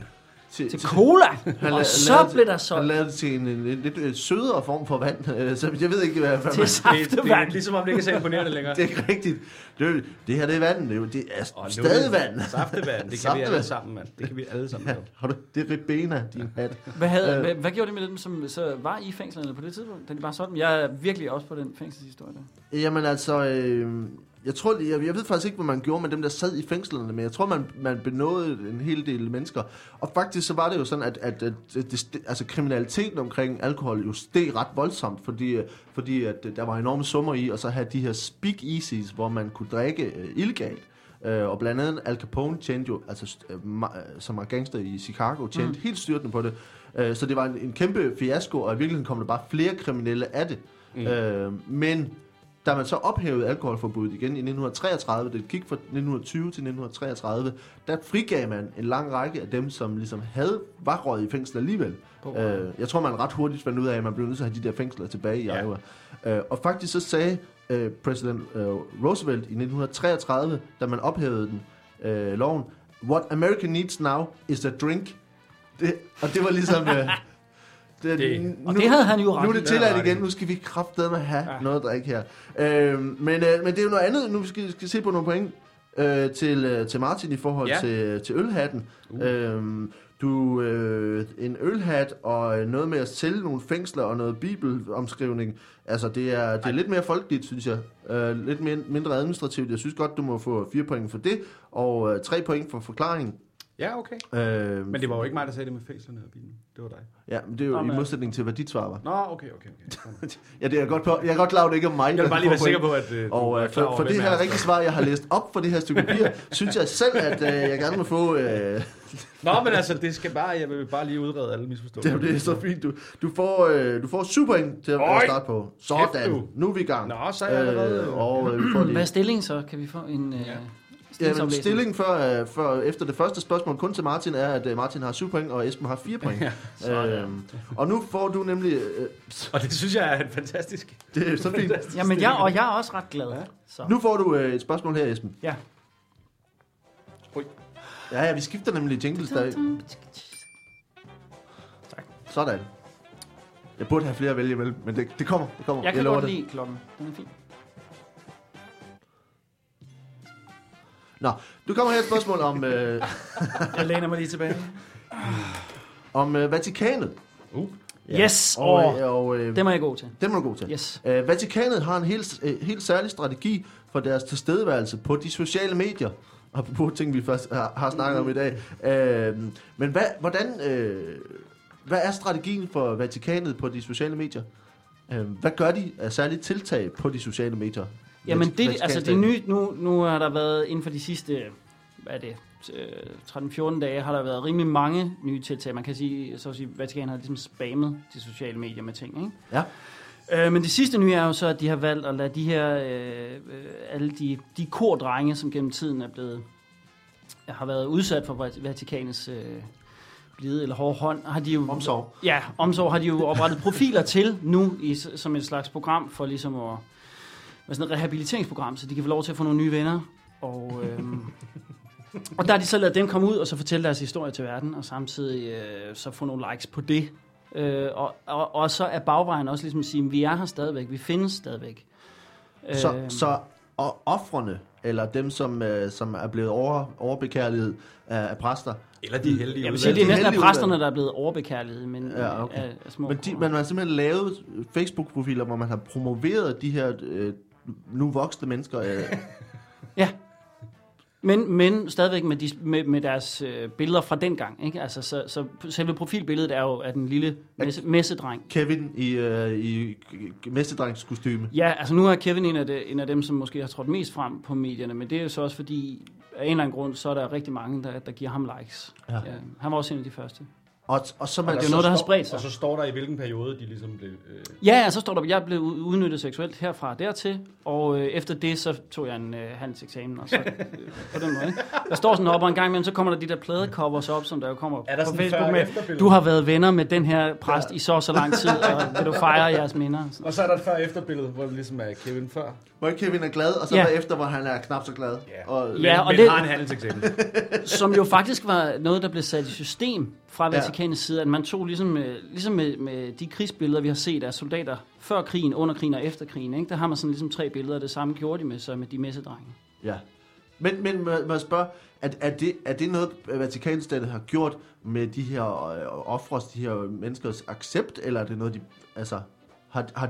[SPEAKER 1] Til,
[SPEAKER 2] til cola.
[SPEAKER 1] han la-
[SPEAKER 2] Og
[SPEAKER 1] lavede
[SPEAKER 2] så
[SPEAKER 1] det-
[SPEAKER 2] blev der
[SPEAKER 1] Han
[SPEAKER 2] solgt
[SPEAKER 1] lavede det til en, en, en lidt øh, sødere form for vand, øh, så jeg ved ikke, hvad, hvad
[SPEAKER 2] til
[SPEAKER 1] man...
[SPEAKER 3] Det, det, er
[SPEAKER 2] saftevand.
[SPEAKER 3] ligesom om det ikke er så imponerende længere.
[SPEAKER 1] Det er ikke rigtigt. Det, er jo- det her, det er vand. Det er, jo- det er
[SPEAKER 3] Og nu-
[SPEAKER 1] stadig vand.
[SPEAKER 3] Saftevand, det kan vi
[SPEAKER 1] Saftevand.
[SPEAKER 3] alle sammen, mand. Det kan vi alle sammen.
[SPEAKER 1] Ja,
[SPEAKER 3] lave.
[SPEAKER 1] har du, det er ribena, din hat.
[SPEAKER 2] Hvad, havde,
[SPEAKER 1] Øh.
[SPEAKER 2] hvad, hvad gjorde det med dem, som så var i fængslerne på det tidspunkt? Da de bare solgte dem? Jeg er virkelig også på den fængselshistorie der.
[SPEAKER 1] Jamen altså, øh, jeg tror, lige- jeg, jeg ved faktisk ikke, hvad man gjorde med dem, der sad i fængslerne, men jeg tror, man, man benådede en hel del mennesker. Og faktisk så var det jo sådan, at, at, at det, ste- altså, kriminaliteten omkring alkohol jo steg ret voldsomt, fordi, øh, fordi at, øh, der var enorme summer i, og så havde de her speak easies, hvor man kunne drikke øh, illegalt. Øh, og blandt andet Al Capone tjente jo, altså, st- øh, ma- øh, som var gangster i Chicago, tjente mm. helt styrtende på det. Øh, så det var en, en kæmpe fiasko, og i virkeligheden kom der bare flere kriminelle af det. Mm. Øh, men da man så ophævede alkoholforbuddet igen i 1933, det gik fra 1920 til 1933, der frigav man en lang række af dem, som ligesom havde, var røget i fængsel alligevel.
[SPEAKER 2] På-
[SPEAKER 1] Øh, jeg tror, man ret hurtigt fandt ud af, at man blev nødt til at have de der fængsler tilbage i
[SPEAKER 3] Ja.
[SPEAKER 1] Iowa. Øh, og faktisk så sagde øh, præsident øh, Roosevelt i 1933, da man ophævede den, øh, loven, What America needs now is a drink. Det, og det var ligesom... Øh, det,
[SPEAKER 3] Det-
[SPEAKER 2] Og det havde han jo ret
[SPEAKER 1] nu er
[SPEAKER 2] i.
[SPEAKER 1] det
[SPEAKER 3] Det
[SPEAKER 1] tilladt
[SPEAKER 3] havde han
[SPEAKER 1] igen,
[SPEAKER 3] ret i.
[SPEAKER 1] nu skal vi kraftedeme have ja.
[SPEAKER 3] Ja.
[SPEAKER 1] noget at drikke her. Øh, men, øh, men det er jo noget andet, nu skal vi skal se på nogle point øh, til, øh, til Martin i forhold ja.
[SPEAKER 3] Ja.
[SPEAKER 1] til, til ølhatten. Uh.
[SPEAKER 3] Uh.
[SPEAKER 1] Øh, du, øh, en ølhat og øh, noget med at sælge nogle fængsler og noget bibelomskrivning, altså det er, det er
[SPEAKER 3] Ej.
[SPEAKER 1] lidt mere folkeligt, synes jeg. Øh, lidt min, mindre administrativt. Jeg synes godt, du må få fire point for det, og øh, tre point for forklaring.
[SPEAKER 3] Ja, okay.
[SPEAKER 1] Øh,
[SPEAKER 3] Men det var jo ikke mig, der sagde det med fængslerne og bilen. Det var dig.
[SPEAKER 1] Ja, men det er jo
[SPEAKER 2] Nå,
[SPEAKER 1] i
[SPEAKER 2] men-
[SPEAKER 1] modsætning til, hvad dit svar var.
[SPEAKER 3] Nå, okay, okay, okay.
[SPEAKER 1] Ja, det er jeg godt på. Jeg er godt klar, over, det ikke er mig.
[SPEAKER 3] Jeg
[SPEAKER 1] der
[SPEAKER 3] vil bare lige
[SPEAKER 1] får
[SPEAKER 3] være sikker
[SPEAKER 1] point.
[SPEAKER 3] på, at øh, du
[SPEAKER 1] Og
[SPEAKER 3] er
[SPEAKER 1] øh,
[SPEAKER 3] klar
[SPEAKER 1] for,
[SPEAKER 3] over,
[SPEAKER 1] for
[SPEAKER 3] hvem
[SPEAKER 1] det
[SPEAKER 3] er altså.
[SPEAKER 1] her
[SPEAKER 3] os.
[SPEAKER 1] rigtige svar, jeg har læst op for det her stykke papir, synes jeg selv, at øh, jeg gerne må få... Øh,
[SPEAKER 3] Nå, men altså, det skal bare, jeg vil bare lige udrede alle
[SPEAKER 1] det, er-
[SPEAKER 3] misforståelser.
[SPEAKER 1] det er så fint. Du, du får, øh, du får super point til at
[SPEAKER 3] Øj!
[SPEAKER 1] at starte på.
[SPEAKER 3] Kæft, du.
[SPEAKER 1] Sådan. Nu er vi i gang.
[SPEAKER 3] Nå, så er jeg allerede...
[SPEAKER 1] Øh, og øh, vi får
[SPEAKER 2] Mm. Hvad er
[SPEAKER 1] lige...
[SPEAKER 2] stillingen så? Kan vi få en øh,
[SPEAKER 3] Ja.
[SPEAKER 1] Jamen,
[SPEAKER 2] stillingsoplæsning?
[SPEAKER 1] stillingen før, øh, før, efter det første spørgsmål kun til Martin er, at øh, Martin har 7 point, og Esben har 4 point.
[SPEAKER 2] sådan.
[SPEAKER 1] øhm, og nu får du nemlig... Øh,
[SPEAKER 3] Og det synes jeg er en fantastisk...
[SPEAKER 1] det er så fint.
[SPEAKER 2] Jamen, jeg, og jeg er også ret glad.
[SPEAKER 3] Ja.
[SPEAKER 2] Så.
[SPEAKER 1] Nu får du øh, et spørgsmål her, Esben.
[SPEAKER 2] Ja.
[SPEAKER 3] Ui.
[SPEAKER 1] Ja, ja, vi skifter nemlig jingles der. Sådan. Jeg burde have flere at vælge imellem, men det, det kommer, det kommer.
[SPEAKER 2] Jeg kan
[SPEAKER 1] lover
[SPEAKER 2] godt
[SPEAKER 1] det.
[SPEAKER 2] lide klokken. Den er fin.
[SPEAKER 1] Nå, du kommer her et spørgsmål om, øh,
[SPEAKER 2] Jeg læner mig lige tilbage.
[SPEAKER 1] om øh, Vatikanet.
[SPEAKER 3] Uh.
[SPEAKER 2] Yes,
[SPEAKER 1] og,
[SPEAKER 2] åh.
[SPEAKER 1] øh, og øh,
[SPEAKER 2] Den var jeg god til.
[SPEAKER 1] den må du gå til.
[SPEAKER 2] Yes.
[SPEAKER 1] Øh, Vatikanet har en helt, øh, helt særlig strategi for deres tilstedeværelse på de sociale medier. Apropos ting, vi først har, har snakket om i dag. Øh, men hvad, hvordan, øh, hvad er strategien for Vatikanet på de sociale medier? Øh, hvad gør de af særlige tiltag på de sociale medier?
[SPEAKER 2] Jamen,
[SPEAKER 1] Vatik-
[SPEAKER 2] det, altså det
[SPEAKER 1] Vatikanstaten.
[SPEAKER 2] nye, nu, nu har der været inden for de sidste, hvad er det, øh, 13-14 dage, har der været rimelig mange nye tiltag. Man kan sige, så at sige, Vatikanen har ligesom spammet de sociale medier med ting, ikke?
[SPEAKER 1] Ja.
[SPEAKER 2] Øh, men det sidste nye er jo så, at de har valgt at lade de her, øh, øh, alle de, de kordrenge, som gennem tiden er blevet, har været udsat for Vat- Vatikanets øh, blide eller hårde hånd, har de jo...
[SPEAKER 1] Omsorg.
[SPEAKER 2] Ja, omsorg har de jo oprettet profiler til nu, i, s- som et slags program for ligesom at med sådan et rehabiliteringsprogram, så de kan få lov til at få nogle nye venner. Og, øhm, og der har de så lavet dem komme ud og så fortælle deres historie til verden, og samtidig øh, så få nogle likes på det. Øh, og, og, og så er bagvejen også ligesom at sige, vi er her stadigvæk, vi findes stadigvæk.
[SPEAKER 1] Så,
[SPEAKER 2] Øhm,
[SPEAKER 1] så og offrene, eller dem, som, øh, som er blevet over, overbekærlighed af, af præster,
[SPEAKER 3] Eller de heldige
[SPEAKER 2] jeg vil
[SPEAKER 3] udvalgte.
[SPEAKER 2] sige, det er
[SPEAKER 1] de
[SPEAKER 2] næsten af
[SPEAKER 1] heldige
[SPEAKER 2] præsterne, der er blevet overbekærlighed, men
[SPEAKER 1] Ja, okay.
[SPEAKER 2] af, af små
[SPEAKER 1] men de, man har simpelthen lavet Facebook-profiler, hvor man har promoveret de her øh, nu voksne mennesker. Øh.
[SPEAKER 2] Ja. Men, men stadigvæk med, de, med, med deres øh, billeder fra dengang. Ikke? Altså, så, så selve profilbilledet er jo af den lille messe, messedreng.
[SPEAKER 1] Kevin i, øh, i mestedrengskostyme.
[SPEAKER 2] Ja, altså nu er Kevin en af, de, en af dem, som måske har trådt mest frem på medierne, men det er jo så også fordi, af en eller anden grund, så er der rigtig mange, der, der giver ham likes.
[SPEAKER 1] Ja.
[SPEAKER 2] Ja. Ja, han var også en af de første.
[SPEAKER 1] Og, og så man,
[SPEAKER 2] det er
[SPEAKER 1] så,
[SPEAKER 2] jo noget, der har
[SPEAKER 3] står-
[SPEAKER 2] spredt sig.
[SPEAKER 3] Og så står der i hvilken periode de ligesom blev... Øh,
[SPEAKER 2] Ja, ja, så står der, jeg blev u- udnyttet seksuelt herfra og dertil, og øh, efter det, så tog jeg en øh, handelseksamen, og så øh, på den måde. Ikke? Der står sådan op, og en gang imellem, så kommer der de der pladecovers op, som der jo kommer
[SPEAKER 3] Er der
[SPEAKER 2] på
[SPEAKER 3] sådan et
[SPEAKER 2] Facebook
[SPEAKER 3] før- og
[SPEAKER 2] med,
[SPEAKER 3] efterbillede?
[SPEAKER 2] du har været venner med den her præst ja. i så og så lang tid, og vil du fejre jeres minder? og sådan.
[SPEAKER 3] og så er der et før-efterbillede, hvor det ligesom er Kevin før.
[SPEAKER 1] hvor Kevin er glad, og så
[SPEAKER 2] Ja.
[SPEAKER 1] ja. efter, hvor han er knap så glad.
[SPEAKER 3] Ja.
[SPEAKER 1] Og,
[SPEAKER 2] Ja,
[SPEAKER 3] men,
[SPEAKER 2] og
[SPEAKER 3] men
[SPEAKER 2] det-
[SPEAKER 3] har en handelseksamen.
[SPEAKER 2] Som jo faktisk var noget, der blev sat i system fra
[SPEAKER 1] Ja.
[SPEAKER 2] Vatikanets side, at man tog ligesom, med, ligesom med, med de krigsbilleder, vi har set af soldater før krigen, under krigen og efter krigen, ikke? der har man sådan ligesom tre billeder, og det samme gjorde de med, så med de messedrenge.
[SPEAKER 1] ja. Men, men må må jeg spørge, er, er, det, er det noget, Vatikanstaten har gjort med de her øh, ofres, de her menneskers accept, eller er det noget, de... Altså, har, har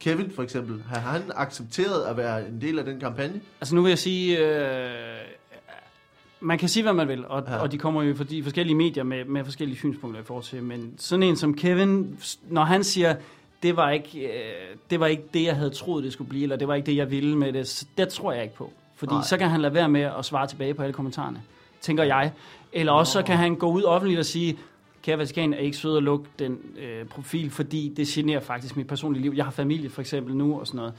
[SPEAKER 1] Kevin for eksempel, har han accepteret at være en del af den kampagne?
[SPEAKER 2] Altså nu vil jeg sige, øh, man kan sige, hvad man vil, og,
[SPEAKER 1] Ja.
[SPEAKER 2] ja. og de kommer jo fra de forskellige medier med, med forskellige synspunkter i forhold til, men sådan en som Kevin, når han siger, det var, ikke, øh, det var ikke det, jeg havde troet, det skulle blive, eller det var ikke det, jeg ville med det, så det tror jeg ikke på. Fordi
[SPEAKER 1] Nej.
[SPEAKER 2] Nej. så kan han lade være med at svare tilbage på alle kommentarerne, tænker jeg. Eller også så kan han gå ud offentligt og sige, kære Vatikan, er I ikke sød at lukke den øh, profil, fordi det generer faktisk mit personlige liv. Jeg har familie for eksempel nu og sådan noget.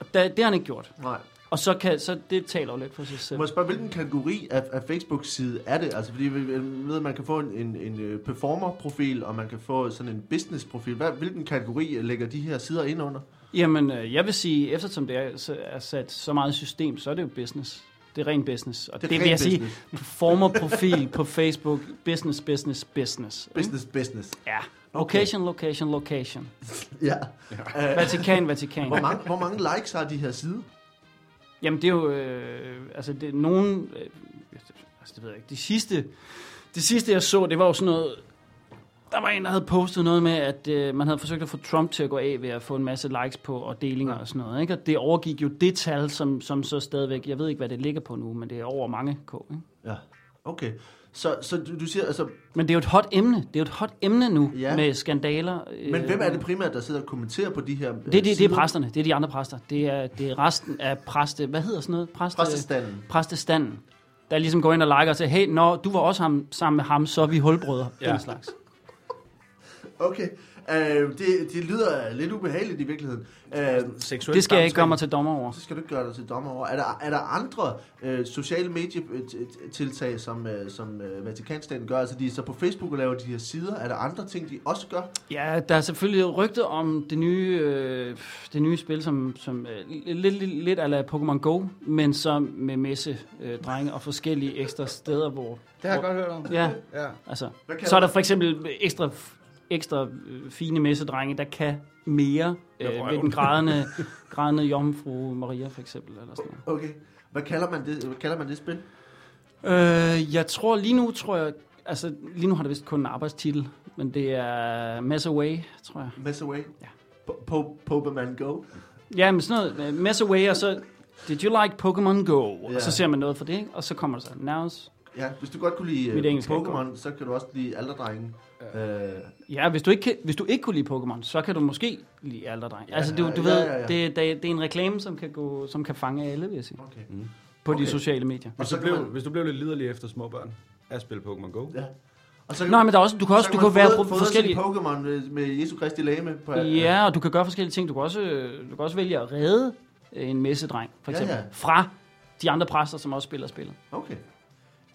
[SPEAKER 2] Og da, det har han ikke gjort.
[SPEAKER 1] Nej.
[SPEAKER 2] Og så, kan, så det taler jo lidt for sig selv.
[SPEAKER 1] Må jeg spørge, hvilken kategori af, af Facebook-side er det? Altså, fordi vi vi ved, at man kan få en, en, en øh, performer-profil, og man kan få sådan en business-profil. Hvad, hvilken kategori lægger de her sider ind under?
[SPEAKER 2] Jamen, øh, jeg vil sige, eftersom det er, så- er sat så meget i system, så er det jo business. Det er ren business. Og
[SPEAKER 1] Det er
[SPEAKER 2] det, det vil
[SPEAKER 1] ren
[SPEAKER 2] jeg sige,
[SPEAKER 1] business.
[SPEAKER 2] performer profil på Facebook, business, business, business.
[SPEAKER 1] Business, business.
[SPEAKER 2] Ja. Location, location, location.
[SPEAKER 1] Ja. ja. Øh,
[SPEAKER 2] Vatikan, Vatikan.
[SPEAKER 1] hvor, mange, hvor mange likes har de her sider?
[SPEAKER 2] Jamen, det er jo... Øh, altså, det er nogen... Øh, altså, det ved jeg ikke. Det sidste, det sidste, jeg så, det var jo sådan noget... Der var en, der havde postet noget med, at øh, man havde forsøgt at få Trump til at gå af ved at få en masse likes på og delinger og sådan noget. Ikke? Og det overgik jo det tal, som, som så stadigvæk... Jeg ved ikke, hvad det ligger på nu, men det er over mange k. Ikke?
[SPEAKER 1] Ja. Okay. Så, så du, du siger, altså...
[SPEAKER 2] Men det er jo et hot emne. Det er jo et hot emne nu
[SPEAKER 1] Ja.
[SPEAKER 2] ja. med skandaler. øh,
[SPEAKER 1] Men hvem er det primært, der sidder og kommenterer på de her øh,
[SPEAKER 2] Det, det, det er
[SPEAKER 1] sider?
[SPEAKER 2] præsterne. Det er de andre præster. Det er, det er resten af præste... Hvad hedder sådan noget? Præste,
[SPEAKER 1] Præstestanden.
[SPEAKER 2] Præstestanden. Der ligesom går ind og liker og siger, hey, når du var også ham, sammen med ham, så er vi hulbrødre.
[SPEAKER 3] Ja.
[SPEAKER 2] Ja. Den slags.
[SPEAKER 1] Okay. Øh, det, det lyder lidt ubehageligt i virkeligheden. Øh,
[SPEAKER 3] Seksuel
[SPEAKER 2] Det skal jeg ikke gøre
[SPEAKER 3] samtale.
[SPEAKER 2] mig til dommer over.
[SPEAKER 1] så skal du ikke gøre dig til dommer over. Er der, er der andre øh, sociale medietiltag, som, øh, som øh, Vatikanstaten gør? Altså de er så på Facebook og laver de her sider. Er der andre ting, de også gør?
[SPEAKER 2] Ja, der er selvfølgelig rygter om det nye, øh, det nye spil, som, som øh, lidt, lidt, lidt ala Pokémon Go, men så med messe, øh, drenge og forskellige ekstra steder, hvor...
[SPEAKER 3] Det har jeg
[SPEAKER 2] hvor,
[SPEAKER 3] godt hørt om.
[SPEAKER 2] Ja,
[SPEAKER 3] Ja.
[SPEAKER 2] altså.
[SPEAKER 1] Hvad kan
[SPEAKER 2] Så er der for eksempel ekstra, ekstra øh, fine messedrenge, der kan mere øh,
[SPEAKER 3] Med
[SPEAKER 2] ved
[SPEAKER 3] røven.
[SPEAKER 2] den grædende, grædende jomfru Maria for eksempel. Eller sådan
[SPEAKER 1] Okay. Hvad kalder man det, hvad kalder man det spil?
[SPEAKER 2] noget. Øh, jeg tror lige nu, tror jeg, altså lige nu har det vist kun en arbejdstitel, men det er Mess Away, tror jeg.
[SPEAKER 1] Mess Away?
[SPEAKER 2] Ja.
[SPEAKER 1] Po- Po- Pokemon Go?
[SPEAKER 2] Ja, men sådan noget, øh, Mess Away, og så Did you like Pokemon Go?
[SPEAKER 1] Ja.
[SPEAKER 2] Og så ser man noget for det, ikke? og så kommer der så Nows.
[SPEAKER 1] Ja, hvis du godt kunne lide
[SPEAKER 2] Mit
[SPEAKER 1] øh,
[SPEAKER 2] engelsk er ikke
[SPEAKER 1] Pokémon, så kan du også lide alderdrengen. Ja. Øh,
[SPEAKER 2] Ja, hvis du, ikke kan, hvis du ikke kunne lide Pokémon, så kan du måske lide alderdreng. Ja, altså, du, du
[SPEAKER 1] ja,
[SPEAKER 2] ved,
[SPEAKER 1] ja, ja.
[SPEAKER 2] Det, det, det er en reklame, som kan, gå, som kan fange alle, vil jeg sige,
[SPEAKER 1] okay.
[SPEAKER 2] på
[SPEAKER 1] Okay.
[SPEAKER 2] de sociale medier.
[SPEAKER 1] Og
[SPEAKER 3] Hvis
[SPEAKER 1] så
[SPEAKER 3] du,
[SPEAKER 1] kan
[SPEAKER 3] blev,
[SPEAKER 1] man-
[SPEAKER 3] hvis du blev lidt liderlig efter små børn af at spille Pokémon Go.
[SPEAKER 1] Ja. Og så kan
[SPEAKER 2] Nå, men der er også, du kan også
[SPEAKER 1] så
[SPEAKER 2] du
[SPEAKER 1] man
[SPEAKER 2] kan være
[SPEAKER 1] fodre-
[SPEAKER 2] pro-
[SPEAKER 1] fodre
[SPEAKER 2] forskellige...
[SPEAKER 1] sine Pokémon med, med Jesu Kristi læme. På,
[SPEAKER 2] Ja, og du kan gøre forskellige ting. Du kan også, øh, du kan også vælge at redde øh, en messedreng, for
[SPEAKER 1] Ja,
[SPEAKER 2] eksempel,
[SPEAKER 1] ja.
[SPEAKER 2] fra de andre præster, som også spiller spillet.
[SPEAKER 1] Okay.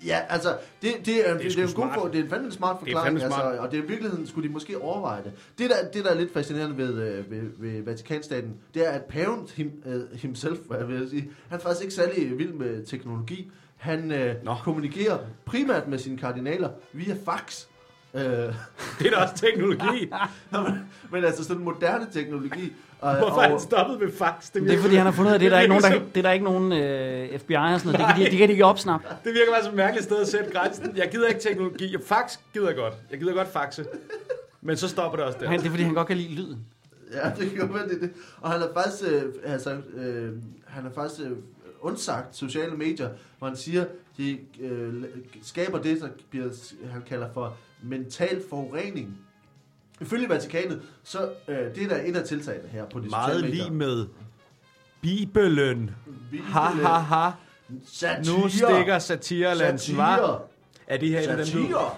[SPEAKER 1] Ja, altså, det, det, er, det, er, det er
[SPEAKER 3] sgu
[SPEAKER 1] en god
[SPEAKER 3] smart.
[SPEAKER 1] for, det er en fandme smart
[SPEAKER 3] Det er
[SPEAKER 1] forklaring,
[SPEAKER 3] fandme smart.
[SPEAKER 1] Altså, og det er i virkeligheden, skulle de måske overveje det. Det der, det, der er lidt fascinerende ved, øh, ved, ved Vatikanstaten, det er, at paven him, øh, himself, hvad vil jeg sige, han er faktisk ikke særlig vild med teknologi. Han øh,
[SPEAKER 3] Nå.
[SPEAKER 1] kommunikerer primært med sine kardinaler via fax. Øh,
[SPEAKER 3] Det er da også teknologi.
[SPEAKER 1] Nå, men, men altså sådan moderne teknologi. Og,
[SPEAKER 3] Hvorfor er han stoppet med fax?
[SPEAKER 2] Det er fordi, han har fundet ud af, det er der
[SPEAKER 3] Det
[SPEAKER 2] ikke
[SPEAKER 3] er
[SPEAKER 2] nogen, der,
[SPEAKER 3] ligesom-
[SPEAKER 2] det er der ikke nogen øh, FBI og sådan noget. Det kan, de, det kan de ikke opsnappe.
[SPEAKER 3] Det virker bare som et mærkeligt sted at sætte grænsen. Jeg gider ikke teknologi. Jeg fax gider jeg godt. Jeg gider godt faxe. Men så stopper det også der.
[SPEAKER 2] Han, det er fordi, han godt kan lide lyden.
[SPEAKER 1] Ja, det kan godt være, det er det. Og han har faktisk, øh, altså, øh, han har faktisk øh, undsagt sociale medier, hvor han siger, de øh, skaber det, der bliver, han kalder for mental forurening. Ifølge Vatikanet, så øh, det er der et af tiltagene her på de
[SPEAKER 3] Meget
[SPEAKER 1] sociale medier.
[SPEAKER 3] lige med Bibelen.
[SPEAKER 1] Bibelen.
[SPEAKER 3] Ha, ha, ha.
[SPEAKER 1] øh, Satire.
[SPEAKER 3] Nu stikker satirelansen, var.
[SPEAKER 1] Satire.
[SPEAKER 3] Er det her en af dem, du...
[SPEAKER 1] Satire.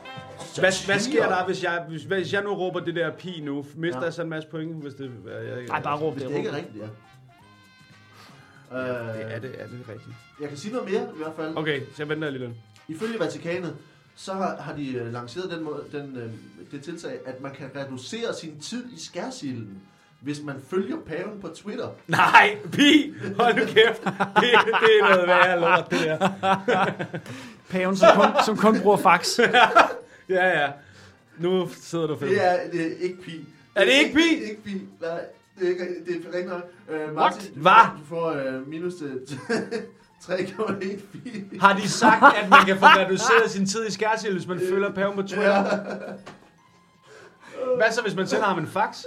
[SPEAKER 3] Hvad, hvad sker
[SPEAKER 1] Satire.
[SPEAKER 3] der, hvis jeg, hvis, hvis jeg nu råber det der pi nu? Mister
[SPEAKER 1] Ja.
[SPEAKER 3] jeg så en masse point? Hvis det, jeg, jeg,
[SPEAKER 2] Nej, bare råb
[SPEAKER 1] Hvis
[SPEAKER 2] det.
[SPEAKER 1] det ikke er
[SPEAKER 2] råb.
[SPEAKER 1] rigtigt, ja. Øh,
[SPEAKER 3] Det er det, er det rigtigt.
[SPEAKER 1] Jeg kan sige noget mere i hvert fald.
[SPEAKER 3] Okay, så jeg venter lige lidt.
[SPEAKER 1] Ifølge Vatikanet, så har, har de øh, lanceret den måde, den, øh, det tiltag, at man kan reducere sin tid i skærsilden, hvis man følger paven på Twitter.
[SPEAKER 3] Nej, pi! Hold nu kæft. Det, det er noget værre lort, det der.
[SPEAKER 2] Paven, som kun, som kun bruger fax.
[SPEAKER 3] Ja, ja. Nu sidder du fedt.
[SPEAKER 1] Det er, det er ikke pi.
[SPEAKER 3] Er det ikke pi?
[SPEAKER 1] Ikke pi. Nej, det er, ikke, det er rigtig nok. Øh, Martin, du,
[SPEAKER 3] Hva?
[SPEAKER 1] får- du får øh, minus øh, 3,1 pi.
[SPEAKER 3] Har de sagt, at man kan få reduceret sin tid i skærsild, hvis man følger paven på Twitter? Hvad så, hvis man sender ham en fax?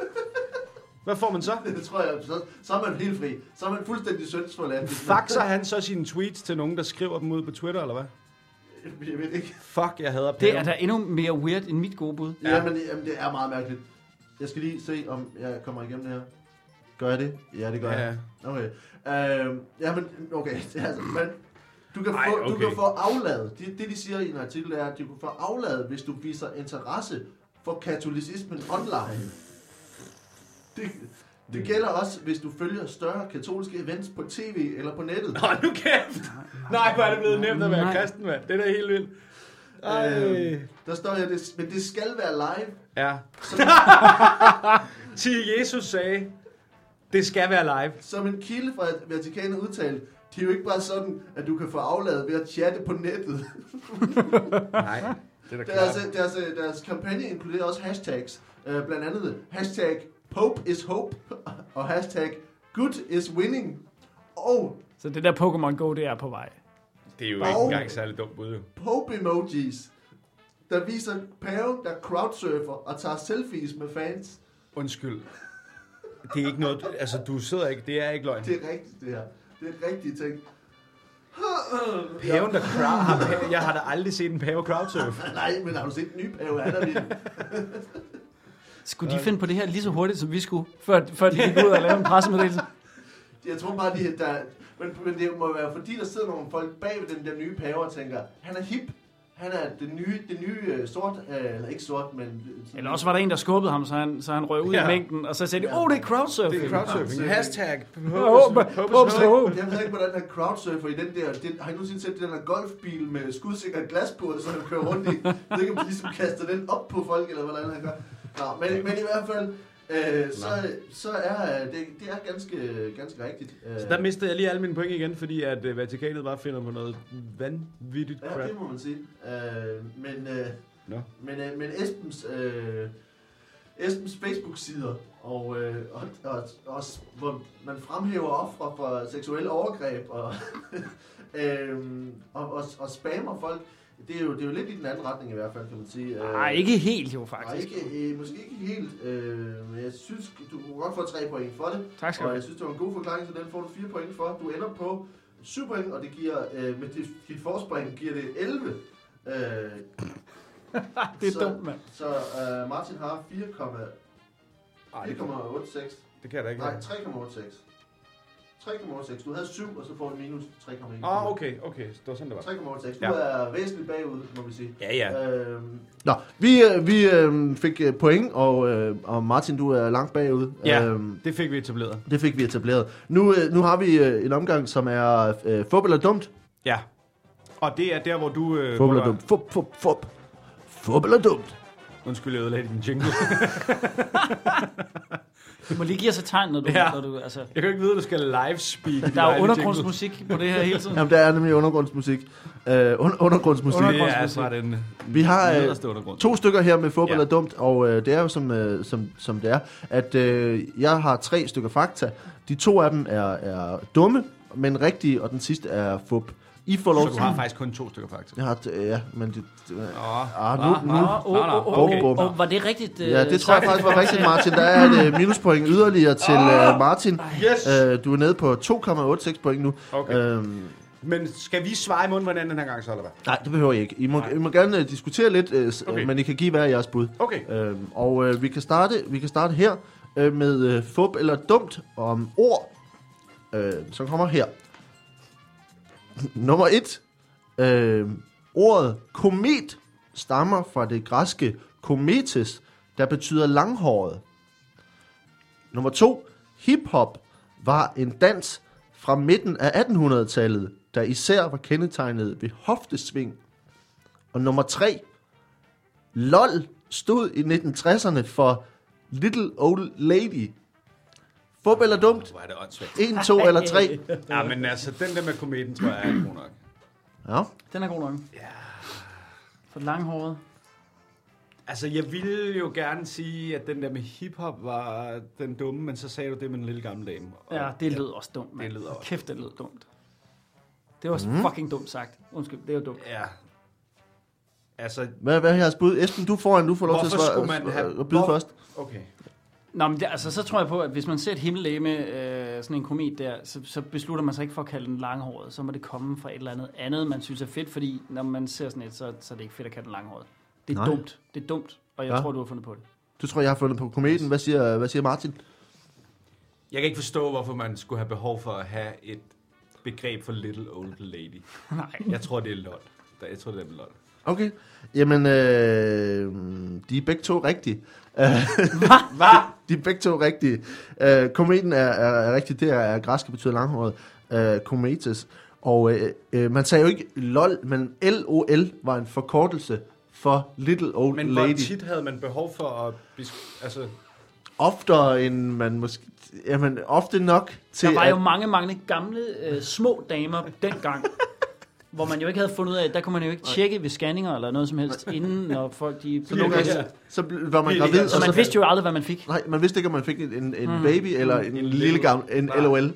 [SPEAKER 3] Hvad får man så?
[SPEAKER 1] Det tror jeg, så, så er man helt fri. Så er man fuldstændig sønsforladt.
[SPEAKER 3] Faxer han så sine tweets til nogen, der skriver dem ud på Twitter, eller hvad?
[SPEAKER 1] Jeg ved ikke.
[SPEAKER 3] Fuck, jeg hader
[SPEAKER 2] Det er
[SPEAKER 3] paven.
[SPEAKER 2] da endnu mere weird end mit gode bud.
[SPEAKER 1] Ja. Jamen, jamen, det er meget mærkeligt. Jeg skal lige se, om jeg kommer igennem det her. Gør jeg det? Ja, det gør
[SPEAKER 3] Ja.
[SPEAKER 1] jeg. Okay. Øh, jamen, okay. Altså, men, du kan,
[SPEAKER 3] Ej,
[SPEAKER 1] få, Ej, okay. du
[SPEAKER 3] okay.
[SPEAKER 1] kan få afladet. Det, det, de siger i en artikel, er, at du kan få afladet, hvis du viser interesse for katolicismen online. Det, det gælder også, hvis du følger større katolske events på tv eller på nettet.
[SPEAKER 3] Hold nu kæft! Nej, hvor er det blevet nemt at være
[SPEAKER 2] Nej.
[SPEAKER 3] kristen, mand. Det er da helt vildt. Ej.
[SPEAKER 1] Øhm. Der står her, det, men det skal være live.
[SPEAKER 3] Ja.
[SPEAKER 1] Så-
[SPEAKER 3] Til Jesus sagde, det skal være live.
[SPEAKER 1] Som en kilde fra Vatikanet udtalte, det er jo ikke bare sådan, at du kan få afladet ved at chatte på nettet.
[SPEAKER 3] Nej, det er altså- da
[SPEAKER 1] Deres,
[SPEAKER 3] klart.
[SPEAKER 1] deres, deres altså kampagne inkluderer også hashtags. Øh, blandt andet hashtag Pope is hope og hashtag Good is winning. Og
[SPEAKER 2] Så det der Pokémon Go, det er på vej.
[SPEAKER 3] Det er jo ikke
[SPEAKER 1] Dog.
[SPEAKER 3] engang særlig dumt bud. jo.
[SPEAKER 1] Pope emojis, der viser paven, der crowdsurfer og tager selfies med fans.
[SPEAKER 3] Undskyld. Det er ikke noget, altså du sidder ikke, det er ikke løgn.
[SPEAKER 1] Det er rigtigt, det her. Det er rigtige ting.
[SPEAKER 4] Paven, der crowd, har pave- jeg har da aldrig set en pave crowdsurf.
[SPEAKER 1] Nej, men har du set den nye pave? Han er vild.
[SPEAKER 2] Skulle de finde på det her lige så hurtigt, som vi skulle, før, før de gik ud og lavede en pressemeddelelse?
[SPEAKER 1] Jeg tror bare, de, der, men, men det må være fordi, der sidder nogle folk bag ved den der nye pave og tænker, han er hip. Han er det nye, det nye øh, sort, øh, eller ikke sort, men... øh, sådan-
[SPEAKER 2] Eller også var der en, der skubbede ham, så han, så han røg ud ja.
[SPEAKER 3] Ja.
[SPEAKER 2] i mængden, og så sagde de, åh, oh, det er crowdsurfing.
[SPEAKER 3] Det er crowdsurfing.
[SPEAKER 4] Hashtag.
[SPEAKER 1] Jeg ved ikke, hvordan han crowdsurfer i den der... Det, har I nogensinde set den der golfbil med skudsikkert glas på, som han kører rundt i? Det kan man ligesom kaste den op på folk, eller hvordan han gør. Nå, men, men i hvert fald, øh, så, så er øh, det, det er ganske, ganske rigtigt. Øh,
[SPEAKER 3] Så der mistede jeg lige alle mine point igen, fordi at øh, Vatikanet bare finder på noget vanvittigt
[SPEAKER 1] ja,
[SPEAKER 3] crap.
[SPEAKER 1] det må man sige. Øh, men, øh,
[SPEAKER 3] Nå.
[SPEAKER 1] men, øh, men Esbens... Øh, Esbens Facebook-sider, og, øh, og, og, og, hvor man fremhæver ofre for seksuelle overgreb, og øhm, og, og, og spammer folk, det er, jo, det er jo lidt i den anden retning i hvert fald, kan man sige.
[SPEAKER 2] Nej, ikke helt jo,
[SPEAKER 1] Nej,
[SPEAKER 2] faktisk.
[SPEAKER 1] ikke, øh, måske ikke helt, øh, men jeg synes, du kunne godt få tre point for det.
[SPEAKER 2] Tak skal du
[SPEAKER 1] Og
[SPEAKER 2] have.
[SPEAKER 1] jeg synes, det var en god forklaring, så den får du fire point for. Du ender på syv point, og det giver, øh, med dit, dit forspring giver det 11. Øh,
[SPEAKER 2] Det er
[SPEAKER 1] så-
[SPEAKER 2] dumt, mand.
[SPEAKER 1] så øh, Martin har 4,86.
[SPEAKER 3] Ej, det, kan- det kan jeg da ikke.
[SPEAKER 1] Nej, 3,86. 3,86. Du havde 7, og så får du minus 3,1.
[SPEAKER 3] Ah, okay, okay. Det var sådan, det var.
[SPEAKER 1] 3,86. Du
[SPEAKER 3] Ja.
[SPEAKER 1] er væsentligt bagud, må vi sige.
[SPEAKER 3] Ja, ja.
[SPEAKER 1] Øhm, Nå, vi, øh, vi øh, fik øh, point, og, øh, og Martin, du er langt bagud.
[SPEAKER 3] Ja.
[SPEAKER 1] Øhm,
[SPEAKER 3] Det fik vi etableret.
[SPEAKER 1] det fik vi etableret. Nu, øh, nu har vi øh, en omgang, som er øh, fup eller dumt.
[SPEAKER 3] Ja. Og det er der, hvor du... Øh,
[SPEAKER 1] Fup
[SPEAKER 3] hvor
[SPEAKER 1] eller
[SPEAKER 3] du-
[SPEAKER 1] dumt. Mm. Fup, fup, fup. Fup eller dumt.
[SPEAKER 3] Undskyld, jeg ødelagde din jingle.
[SPEAKER 2] Du må lige give os et tegn, når du...
[SPEAKER 3] Ja.
[SPEAKER 2] Når du altså,
[SPEAKER 3] jeg kan jo ikke vide, at du skal livespeak.
[SPEAKER 2] der er jo undergrundsmusik på det her hele tiden.
[SPEAKER 1] Jamen, der er nemlig undergrundsmusik. Øh, under, undergrundsmusik.
[SPEAKER 3] Det er altså den
[SPEAKER 1] Vi har øh,
[SPEAKER 3] nederste undergrund.
[SPEAKER 1] to stykker her med fup ja.
[SPEAKER 3] Ja.
[SPEAKER 1] eller dumt, og øh, det er jo som, øh, som, som det er, at øh, jeg har tre stykker fakta. De to af dem er, er dumme, men rigtige, og den sidste er fup. I får lov
[SPEAKER 4] Så du har faktisk kun to stykker, faktisk.
[SPEAKER 1] Jeg har, t- ja, men det, det
[SPEAKER 4] Åh,
[SPEAKER 1] ah, nu, nu,
[SPEAKER 2] Nå, åh, åh, åh,
[SPEAKER 1] okay.
[SPEAKER 2] åh, åh, var det rigtigt? øh,
[SPEAKER 1] ja, det tror jeg
[SPEAKER 2] sagt?
[SPEAKER 1] faktisk var rigtigt, Martin. Der er et øh, minuspoint yderligere til øh, Martin.
[SPEAKER 3] Ah, Yes!
[SPEAKER 1] Øh, du er nede på 2,86 point nu.
[SPEAKER 3] Okay.
[SPEAKER 1] Øhm,
[SPEAKER 3] Men skal vi svare i munden på hinanden den her gang, så eller hvad?
[SPEAKER 1] nej, det behøver I ikke. I må, I må gerne øh, diskutere lidt, øh, s-
[SPEAKER 3] Okay.
[SPEAKER 1] øh, men I kan give hver jeres bud.
[SPEAKER 3] Okay.
[SPEAKER 1] Øhm, og øh, vi, kan starte, vi kan starte her øh, med øh, fup eller dumt om ord, øh, som kommer her. Nummer et. Øh, ordet komet stammer fra det græske kometes, der betyder langhåret. Nummer to. Hip-hop var en dans fra midten af 1800-tallet, der især var kendetegnet ved hoftesving. Og nummer tre. LOL stod i 1960'erne for Little Old Lady. Fup eller dumt?
[SPEAKER 4] Hvor er det åndssvagt.
[SPEAKER 1] 1, 2 eller 3.
[SPEAKER 3] Ja, men altså, den der med kometen, tror jeg er god nok.
[SPEAKER 1] Ja.
[SPEAKER 2] Den er god nok. Ja. For langhåret.
[SPEAKER 3] Altså, jeg ville jo gerne sige, at den der med hiphop var den dumme, men så sagde du det med den lille gamle dame. Og
[SPEAKER 2] Ja, det lød også dumt, mand.
[SPEAKER 3] Det lyder også-
[SPEAKER 2] Kæft, det lød dumt. Det var mm. fucking dumt sagt. Undskyld, det er jo dumt.
[SPEAKER 3] Ja. Altså,
[SPEAKER 1] Hvad, hvad er jeres bud? Esben, du foran, du får lov til
[SPEAKER 3] Hvorfor
[SPEAKER 1] at, svare,
[SPEAKER 3] skulle man have-
[SPEAKER 1] at byde
[SPEAKER 3] hvor-
[SPEAKER 1] først.
[SPEAKER 3] okay.
[SPEAKER 2] Nå, men det, altså, så tror jeg på, at hvis man ser et himmellegeme, øh, sådan en komet der, så, så beslutter man sig ikke for at kalde den langhåret. Så må det komme fra et eller andet andet, man synes er fedt, fordi når man ser sådan et, så, så er det ikke fedt at kalde den langhåret. Det er
[SPEAKER 1] Nej.
[SPEAKER 2] Nej. dumt. Det er dumt, og jeg
[SPEAKER 1] Ja.
[SPEAKER 2] ja. tror, du har fundet på det.
[SPEAKER 1] Du tror, jeg har fundet på kometen. Hvad siger, hvad siger Martin?
[SPEAKER 4] Jeg kan ikke forstå, hvorfor man skulle have behov for at have et begreb for little old lady.
[SPEAKER 2] Nej.
[SPEAKER 4] Jeg tror, det er lol. Jeg tror, det er lol.
[SPEAKER 1] Okay. Jamen, øh, de er begge to rigtige. Hvad? De, de er begge to rigtige. Øh, kometen er, er, er rigtig, det er, er græsk, det betyder langhåret. Øh, kometes. Og øh, øh, man sagde jo ikke LOL, men LOL var en forkortelse for Little Old
[SPEAKER 3] Men hvor
[SPEAKER 1] Lady.
[SPEAKER 3] tit havde man behov for at... bes- Altså,
[SPEAKER 1] Oftere end man måske... Jamen, ofte nok til...
[SPEAKER 2] Der var
[SPEAKER 1] at-
[SPEAKER 2] jo mange, mange gamle, øh, små damer dengang, hvor man jo ikke havde fundet ud af, der kunne man jo ikke tjekke ved scanninger eller noget som helst, inden når folk de...
[SPEAKER 1] Så nogle gange, så, så bl- var man
[SPEAKER 3] Helt
[SPEAKER 1] gravid,
[SPEAKER 3] enkelt.
[SPEAKER 1] og
[SPEAKER 2] Så
[SPEAKER 1] så,
[SPEAKER 2] man vidste jo aldrig, hvad man fik. Mm.
[SPEAKER 1] nej, man vidste ikke, om man fik en, en, en baby eller en, en lille gammel, en
[SPEAKER 3] Nej.
[SPEAKER 1] LOL.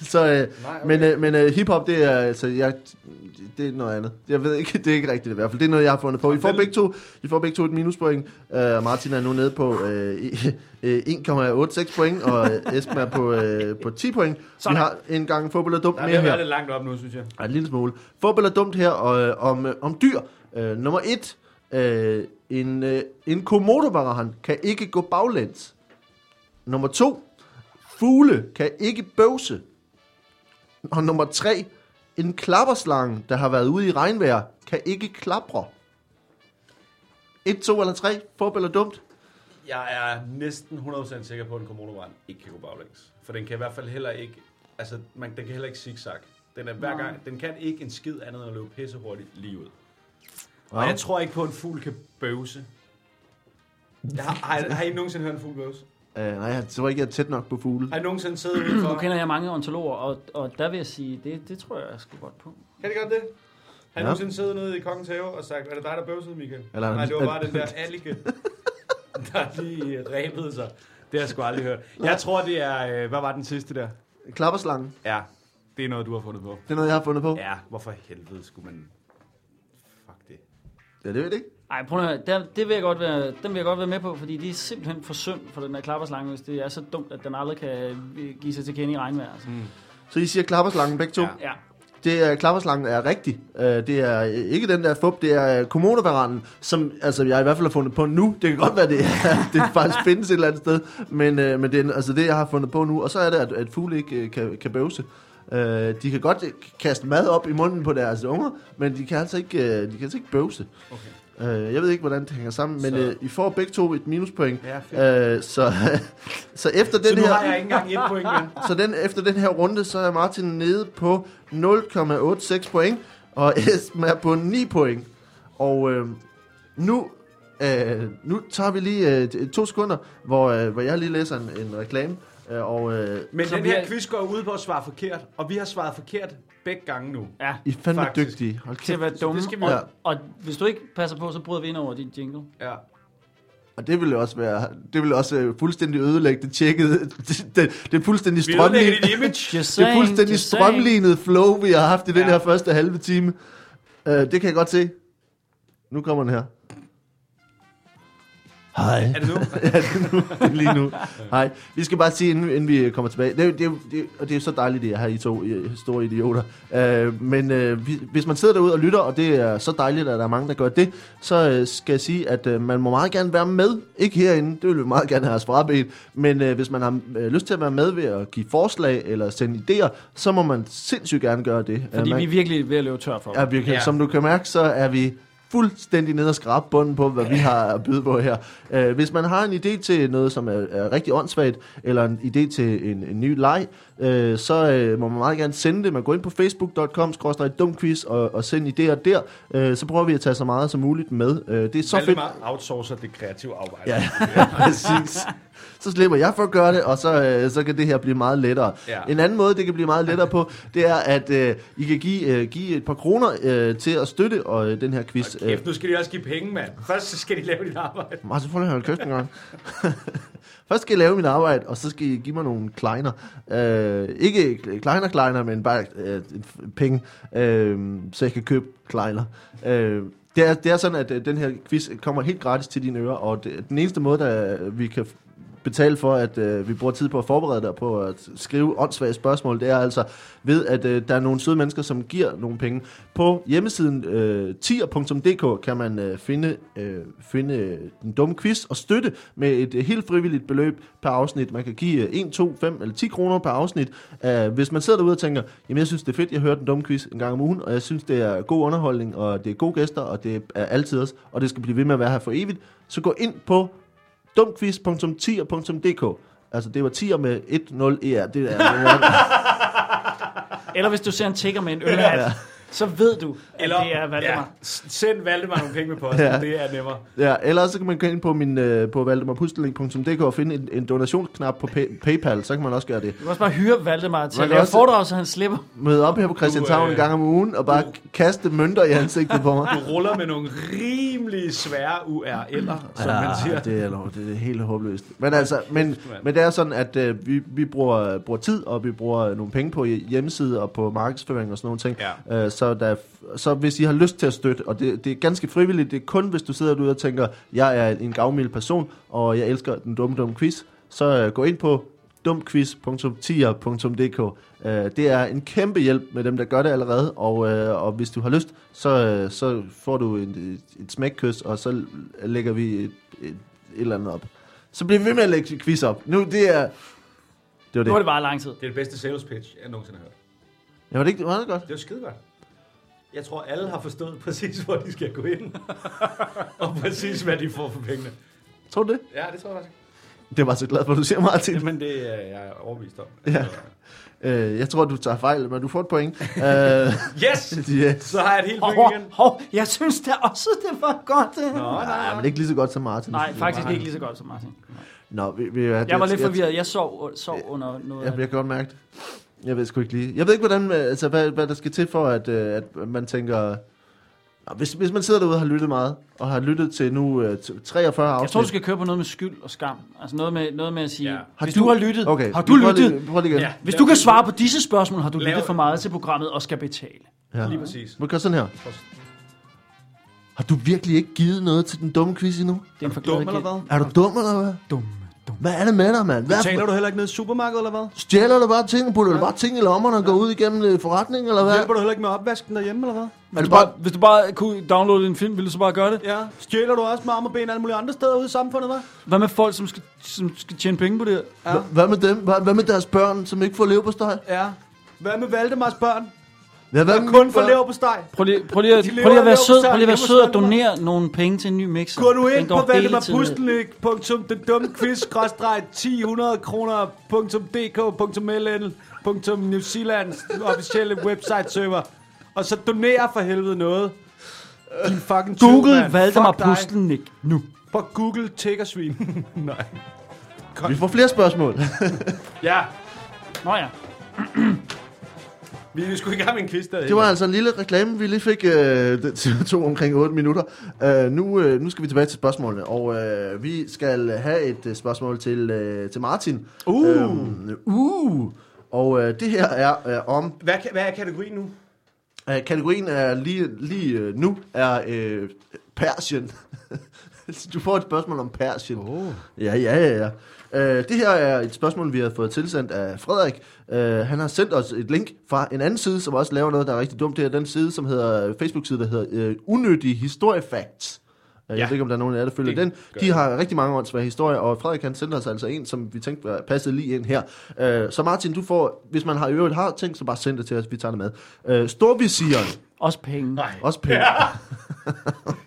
[SPEAKER 1] Så, øh,
[SPEAKER 3] Nej, okay.
[SPEAKER 1] men øh, men øh, hiphop, det er, altså, jeg, det er noget andet. Jeg ved ikke, det er ikke rigtigt i hvert fald. Det er noget, jeg har fundet på. I får begge to, I får begge to et minuspoint. Øh, Martin er nu nede på øh, øh, 1,86 point, og øh, Esben er på, øh, på 10 point.
[SPEAKER 2] Sådan.
[SPEAKER 1] Vi har en gang fodbold og dumt
[SPEAKER 4] Der
[SPEAKER 1] mere
[SPEAKER 4] er
[SPEAKER 1] her.
[SPEAKER 4] været lidt langt op nu, synes jeg.
[SPEAKER 1] Ja, en lille smule. Fodbold er dumt her og, øh, om, øh, om dyr. Øh, nummer et. Øh, en, øh, en komodovarahan kan ikke gå baglæns. Nummer to. Fugle kan ikke bøvse. Og nummer tre. En klapperslange, der har været ude i regnvejr, kan ikke klapre. Et, to eller tre. Fodbold er dumt.
[SPEAKER 4] Jeg er næsten 100% sikker på, at en komodovarn ikke kan gå baglæns. For den kan i hvert fald heller ikke... Altså, man, den kan heller ikke zigzag. Den, er hver
[SPEAKER 2] Nej.
[SPEAKER 4] gang, den kan ikke en skid andet end at løbe pisse hurtigt lige ud. Og
[SPEAKER 1] Ja.
[SPEAKER 4] jeg tror ikke på, at en fugl kan bøvse. Jeg har, har, har I nogensinde hørt en fugl bøvse?
[SPEAKER 1] Øh, nej, jeg tror ikke, jeg er tæt nok på fugle.
[SPEAKER 4] Har I nogensinde siddet udenfor?
[SPEAKER 2] Nu kender jeg mange ontologer, og, og der vil jeg sige, det, det tror jeg, jeg skulle godt på.
[SPEAKER 4] Kan det godt det?
[SPEAKER 1] Ja.
[SPEAKER 4] Har ja. nogensinde siddet nede i Kongens Have og sagt, er det dig, der bøvsede, Michael?
[SPEAKER 1] Eller-
[SPEAKER 4] Nej, det var bare den der allike, der lige rebede sig. Det har jeg sgu aldrig hørt. Jeg tror, det er... øh, Hvad var den sidste der?
[SPEAKER 1] Klapperslangen,
[SPEAKER 4] Ja, det er noget, du har fundet på.
[SPEAKER 1] det er noget, jeg har fundet på. Ja,
[SPEAKER 4] Ja, hvorfor helvede skulle man... Fuck det.
[SPEAKER 1] ja det ved jeg ikke.
[SPEAKER 2] Ej, prøv at høre, der, det vil jeg godt være, den vil jeg godt være med på, fordi det er simpelthen for synd for den der klapperslange, hvis det er så dumt, at den aldrig kan øh, give sig til kende i regnvejr. Altså.
[SPEAKER 1] Mm. Så I siger klapperslangen begge to?
[SPEAKER 4] Ja.
[SPEAKER 2] Ja.
[SPEAKER 1] Det er klapperslangen er rigtig. Øh, Det er øh, ikke den der fup, det er øh, komodovaranden, som altså, jeg i hvert fald har fundet på nu. Det kan godt være, det, er, det faktisk findes et eller andet sted, men, øh, men det er altså, det, jeg har fundet på nu. Og så er det, at, at fugle ikke øh, kan, kan bøvse. Øh, De kan godt øh, kaste mad op i munden på deres unger, men de kan altså ikke, øh, de kan altså ikke bøvse. Okay. Jeg ved ikke, hvordan det hænger sammen, men
[SPEAKER 4] Så-
[SPEAKER 1] øh, I får begge to et minuspoint.
[SPEAKER 4] Ja, fedt.
[SPEAKER 1] Øh, så, så efter den
[SPEAKER 4] Så nu
[SPEAKER 1] her...
[SPEAKER 4] har jeg ikke engang et point mere.
[SPEAKER 1] Så den, efter den her runde, så er Martin nede på 0,86 point, og Esben er på 9 point. Og øh, nu, øh, nu tager vi lige øh, t- to sekunder, hvor, øh, hvor jeg lige læser en, en reklame. Øh, og øh,
[SPEAKER 4] Men
[SPEAKER 2] Så
[SPEAKER 4] den
[SPEAKER 2] vi
[SPEAKER 4] her
[SPEAKER 2] er-
[SPEAKER 4] quiz går ud på at svare forkert, og vi har svaret forkert begge gange nu.
[SPEAKER 2] ja.
[SPEAKER 1] I er fandme
[SPEAKER 4] Faktisk.
[SPEAKER 1] dygtige. Hold
[SPEAKER 2] Til at
[SPEAKER 1] kæft.
[SPEAKER 2] være dumme.
[SPEAKER 4] skal vi-
[SPEAKER 2] og,
[SPEAKER 1] Ja.
[SPEAKER 2] og, hvis du ikke passer på, så bryder vi ind over din jingle.
[SPEAKER 4] Ja.
[SPEAKER 1] Og det ville også være, det ville også øh, fuldstændig ødelægge det tjekkede, det, det, det fuldstændig
[SPEAKER 4] Vi ødelægger
[SPEAKER 1] strømlignede,
[SPEAKER 4] dit image.
[SPEAKER 2] Just
[SPEAKER 1] det fuldstændig
[SPEAKER 2] just saying.
[SPEAKER 1] strømlignede flow, vi har haft i den
[SPEAKER 4] Ja.
[SPEAKER 1] her første halve time. Øh, det kan jeg godt se. Nu kommer den her. Hej.
[SPEAKER 4] Er det nu?
[SPEAKER 1] ja, det er nu. Det er lige nu. Hej. Vi skal bare sige, inden, inden vi kommer tilbage. Det, er jo- det, er jo- det, og det er jo så dejligt, det er her, I to I er store idioter. Øh, men øh, vi- hvis man sidder derude og lytter, og det er så dejligt, at der er mange, der gør det, så øh, skal jeg sige, at øh, man må meget gerne være med. Ikke herinde, det vil vi meget gerne have os frabedt. Men øh, hvis man har øh, lyst til at være med ved at give forslag eller sende idéer, så må man sindssygt gerne gøre det. Øh,
[SPEAKER 2] Fordi
[SPEAKER 1] man,
[SPEAKER 2] vi er virkelig ved at løbe tør for.
[SPEAKER 1] Ja, virkelig. Ja.
[SPEAKER 4] Ja.
[SPEAKER 1] Som du kan mærke, så er vi fuldstændig nede og skrabe bunden på, hvad vi har at byde på her. Uh, hvis man har en idé til noget, som er, er rigtig åndssvagt, eller en idé til en, en ny leg, uh, så uh, må man meget gerne sende det. Man går ind på facebook.com, dumquiz og, og send idéer der. Uh, så prøver vi at tage så meget som muligt med. Uh, det er så fedt.
[SPEAKER 4] Valdemar outsourcer det kreative arbejde.
[SPEAKER 1] Ja, præcis. Så slipper jeg for at gøre det, og så, øh, så kan det her blive meget lettere.
[SPEAKER 4] Ja.
[SPEAKER 1] En anden måde, det kan blive meget lettere på, det er, at øh, I kan give, øh, give et par kroner øh, til at støtte og, øh, den her quiz. Øh,
[SPEAKER 4] Kæft, nu skal de også give penge, mand. Først så skal de lave dit arbejde.
[SPEAKER 1] Martin, prøv lige at holde kæft en gang. Først skal jeg lave mit arbejde, og så skal I give mig nogle kleiner. Øh, ikke kleiner, kleiner, men bare øh, f- penge, øh, så jeg kan købe kleiner. Øh, det, er, det er sådan, at øh, den her quiz kommer helt gratis til dine ører, og det, den eneste måde, der, øh, vi kan f- betale for, at øh, vi bruger tid på at forberede dig på at skrive åndssvage spørgsmål, det er altså ved, at øh, der er nogle søde mennesker, som giver nogle penge. På hjemmesiden øh, tier.dk kan man øh, finde, øh, finde øh, den dumme quiz og støtte med et øh, helt frivilligt beløb per afsnit. Man kan give øh, 1, 2, 5 eller 10 kroner per afsnit. Øh, hvis man sidder derude og tænker, jamen jeg synes det er fedt, jeg hører den dumme quiz en gang om ugen, og jeg synes det er god underholdning, og det er gode gæster, og det er altid os, og det skal blive ved med at være her for evigt, så gå ind på dumquiz.tier.dk Altså det var 10 med 1-0 ER. Det er,
[SPEAKER 2] Eller hvis du ser en tigger med en ølhat, Så ved du, at Eller, det er Valdemar.
[SPEAKER 3] Ja, s- send Valdemar nogle penge med posten,
[SPEAKER 1] Ja.
[SPEAKER 3] ja. det er nemmere.
[SPEAKER 1] Ja, ellers så kan man gå ind på, min, øh, på valdemarpusteling.dk og finde en, en donationsknap på pay- PayPal, så kan man også gøre det.
[SPEAKER 2] Du kan også bare hyre Valdemar til
[SPEAKER 1] Man kan
[SPEAKER 2] at lave
[SPEAKER 1] også-
[SPEAKER 2] foredrag, så han slipper.
[SPEAKER 1] Møde op her på Christianshavn
[SPEAKER 3] Du, øh,
[SPEAKER 1] en gang om ugen og bare kaste mønter i ansigtet på mig.
[SPEAKER 3] Du ruller med nogle rimelig svære URL'er, som man siger.
[SPEAKER 1] det er, lov, det er helt håbløst. Men, altså, men, men det er sådan, at øh, vi, vi bruger, bruger tid, og vi bruger nogle penge på hjemmeside og på markedsføring og sådan nogle ting. Ja. Øh, så, der, er- så hvis I har lyst til at støtte, og det, det er ganske frivilligt, det er kun hvis du sidder derude og tænker, jeg er en gavmild person, og jeg elsker den dumme, dumme quiz, så øh, gå ind på dumquiz.tier.dk. Øh, det er en kæmpe hjælp med dem, der gør det allerede, og, øh, og hvis du har lyst, så, øh, så får du et, et, et smækkys, og så lægger vi et, et, et eller andet op. Så bliver vi ved med at lægge quiz op. Nu, det er... Det var
[SPEAKER 2] Nu er
[SPEAKER 1] det.
[SPEAKER 2] det bare lang tid.
[SPEAKER 3] Det er det bedste sales pitch, jeg nogensinde har hørt.
[SPEAKER 1] Ja, var det ikke var det godt?
[SPEAKER 3] Det er jo skide godt. Jeg tror, alle har forstået præcis, hvor de skal gå ind. og præcis, hvad de får for pengene.
[SPEAKER 1] Tror du det?
[SPEAKER 3] Ja, det tror jeg faktisk.
[SPEAKER 1] Det var jeg så glad for, at du siger, Martin.
[SPEAKER 3] Jamen, det er jeg overbevist om.
[SPEAKER 1] Ja. Øh, jeg tror, du tager fejl, men du får et point. øh,
[SPEAKER 3] Yes!
[SPEAKER 1] yes.
[SPEAKER 3] Så har jeg et helt
[SPEAKER 2] Hov,
[SPEAKER 3] point igen.
[SPEAKER 2] hov, jeg synes da også, det var godt.
[SPEAKER 3] Nå,
[SPEAKER 1] Nej,
[SPEAKER 3] nej,
[SPEAKER 1] men ikke lige så godt som Martin.
[SPEAKER 2] Ah. Nej, faktisk ikke lige så godt som Martin.
[SPEAKER 1] Nå, vi, vi, jeg,
[SPEAKER 2] Jeg var lidt forvirret. Jeg sov, sov under noget.
[SPEAKER 1] Jeg,
[SPEAKER 2] af
[SPEAKER 1] jeg,
[SPEAKER 2] det.
[SPEAKER 1] jeg kan godt mærke det. Jeg ved sgu ikke lige. Jeg ved ikke, hvordan, øh, altså, hvad, hvad der skal til for, at, øh, at man tænker... Nå, Hvis, hvis man sidder derude og har lyttet meget, og har lyttet til nu øh, t- 43 afsnit...
[SPEAKER 2] Jeg tror, du skal køre på noget med skyld og skam. Altså noget med, noget med at sige,
[SPEAKER 3] Ja.
[SPEAKER 2] ja. hvis du, har lyttet,
[SPEAKER 1] okay,
[SPEAKER 2] har du
[SPEAKER 1] prøv
[SPEAKER 2] lyttet?
[SPEAKER 1] Lige, prøv lige igen.
[SPEAKER 3] Ja.
[SPEAKER 1] Ja.
[SPEAKER 2] Hvis du kan svare på disse spørgsmål, har du
[SPEAKER 3] Lav-
[SPEAKER 2] lyttet for meget til programmet og skal betale.
[SPEAKER 1] Ja.
[SPEAKER 3] Lige præcis.
[SPEAKER 1] Må jeg gøre sådan her? Har du virkelig ikke givet noget til den dumme quiz endnu?
[SPEAKER 2] Det er en
[SPEAKER 4] Dum eller
[SPEAKER 1] Er
[SPEAKER 4] hvad?
[SPEAKER 1] du dum, eller hvad?
[SPEAKER 2] Dum, dum.
[SPEAKER 1] Hvad er det med dig, mand? Hvad
[SPEAKER 4] Taler du heller ikke ned i supermarkedet, eller hvad?
[SPEAKER 1] Stjæler du bare ting, og putter du bare ting i lommerne og går ud igennem øh, forretningen, eller hvad?
[SPEAKER 4] Hjælper du heller ikke med opvasken derhjemme, eller
[SPEAKER 1] Er
[SPEAKER 4] hvad?
[SPEAKER 1] det bare...
[SPEAKER 2] hvis du bare kunne downloade en film, ville du så bare gøre det?
[SPEAKER 4] Ja. Stjæler du også med arm og ben alle mulige andre steder ude i samfundet, hvad?
[SPEAKER 2] Hvad med folk, som skal, som skal tjene penge på det her?
[SPEAKER 1] Hva- Hvad med dem? Hva- Hvad med deres børn, som ikke får leverpostej?
[SPEAKER 4] Ja. Hvad med Valdemars børn?
[SPEAKER 1] Ja, hvad
[SPEAKER 4] Der
[SPEAKER 1] med
[SPEAKER 4] kun
[SPEAKER 1] mine
[SPEAKER 4] for
[SPEAKER 1] børn?
[SPEAKER 4] lever på steg.
[SPEAKER 2] Prøv lige, prøv lige, at,
[SPEAKER 4] lever
[SPEAKER 2] prøv lige at være
[SPEAKER 4] af
[SPEAKER 2] sød, prøv lige at være
[SPEAKER 4] leverpostej,
[SPEAKER 2] sød og
[SPEAKER 4] leverpostej.
[SPEAKER 2] donere nogle penge til en ny mixer.
[SPEAKER 4] Går du ind
[SPEAKER 2] Den går
[SPEAKER 4] på
[SPEAKER 2] hele tiden ned.
[SPEAKER 4] www.pustelnyk.com.dk.mln.new Zealands officielle website-server. Og så doner for helvede noget. Din fucking tyv,
[SPEAKER 2] Google
[SPEAKER 4] mand.
[SPEAKER 2] Valdemar
[SPEAKER 4] Fuck dig.
[SPEAKER 2] Puslen, Nick, nu.
[SPEAKER 4] På Google tiggersvin. Nej.
[SPEAKER 1] Vi får flere spørgsmål.
[SPEAKER 3] Ja,
[SPEAKER 2] Nå ja.
[SPEAKER 3] vi er sgu i gang med en quiz der.
[SPEAKER 1] Det var altså en lille reklame, vi lige fik. Øh, det tog- tog omkring 8 minutter. Øh, nu, øh, nu skal vi tilbage til spørgsmålene, og øh, vi skal have et øh, spørgsmål til, øh, til Martin.
[SPEAKER 4] Uh.
[SPEAKER 1] Øhm, uh. Og øh, det her er øh, om...
[SPEAKER 3] Hvad, ka- hvad er kategorien nu?
[SPEAKER 1] Øh, kategorien er lige, lige øh, nu er øh, Persien. du får et spørgsmål om Persien.
[SPEAKER 4] Oh.
[SPEAKER 1] Ja, ja, ja, ja. Øh, det her er et spørgsmål, vi har fået tilsendt af Frederik. Øh, han har sendt os et link fra en anden side, som også laver noget, der er rigtig dumt. Det er den side, som hedder Facebook-side, der hedder øh, Unødige Historiefacts. Øh, Jeg
[SPEAKER 3] Ja.
[SPEAKER 1] ved ikke, om der er nogen af jer, der følger
[SPEAKER 3] Det
[SPEAKER 1] den.
[SPEAKER 3] gør
[SPEAKER 1] De
[SPEAKER 3] jeg.
[SPEAKER 1] har rigtig mange åndssvage historier, og Frederik han sendte os altså en, som vi tænkte var- passede lige ind her. Øh, så Martin, du får, hvis man har i øvrigt har ting, så bare send det til os, vi tager det med. Øh, Storvisieren,
[SPEAKER 2] Også penge.
[SPEAKER 3] Nej.
[SPEAKER 1] også pænt, ja.
[SPEAKER 3] Ja.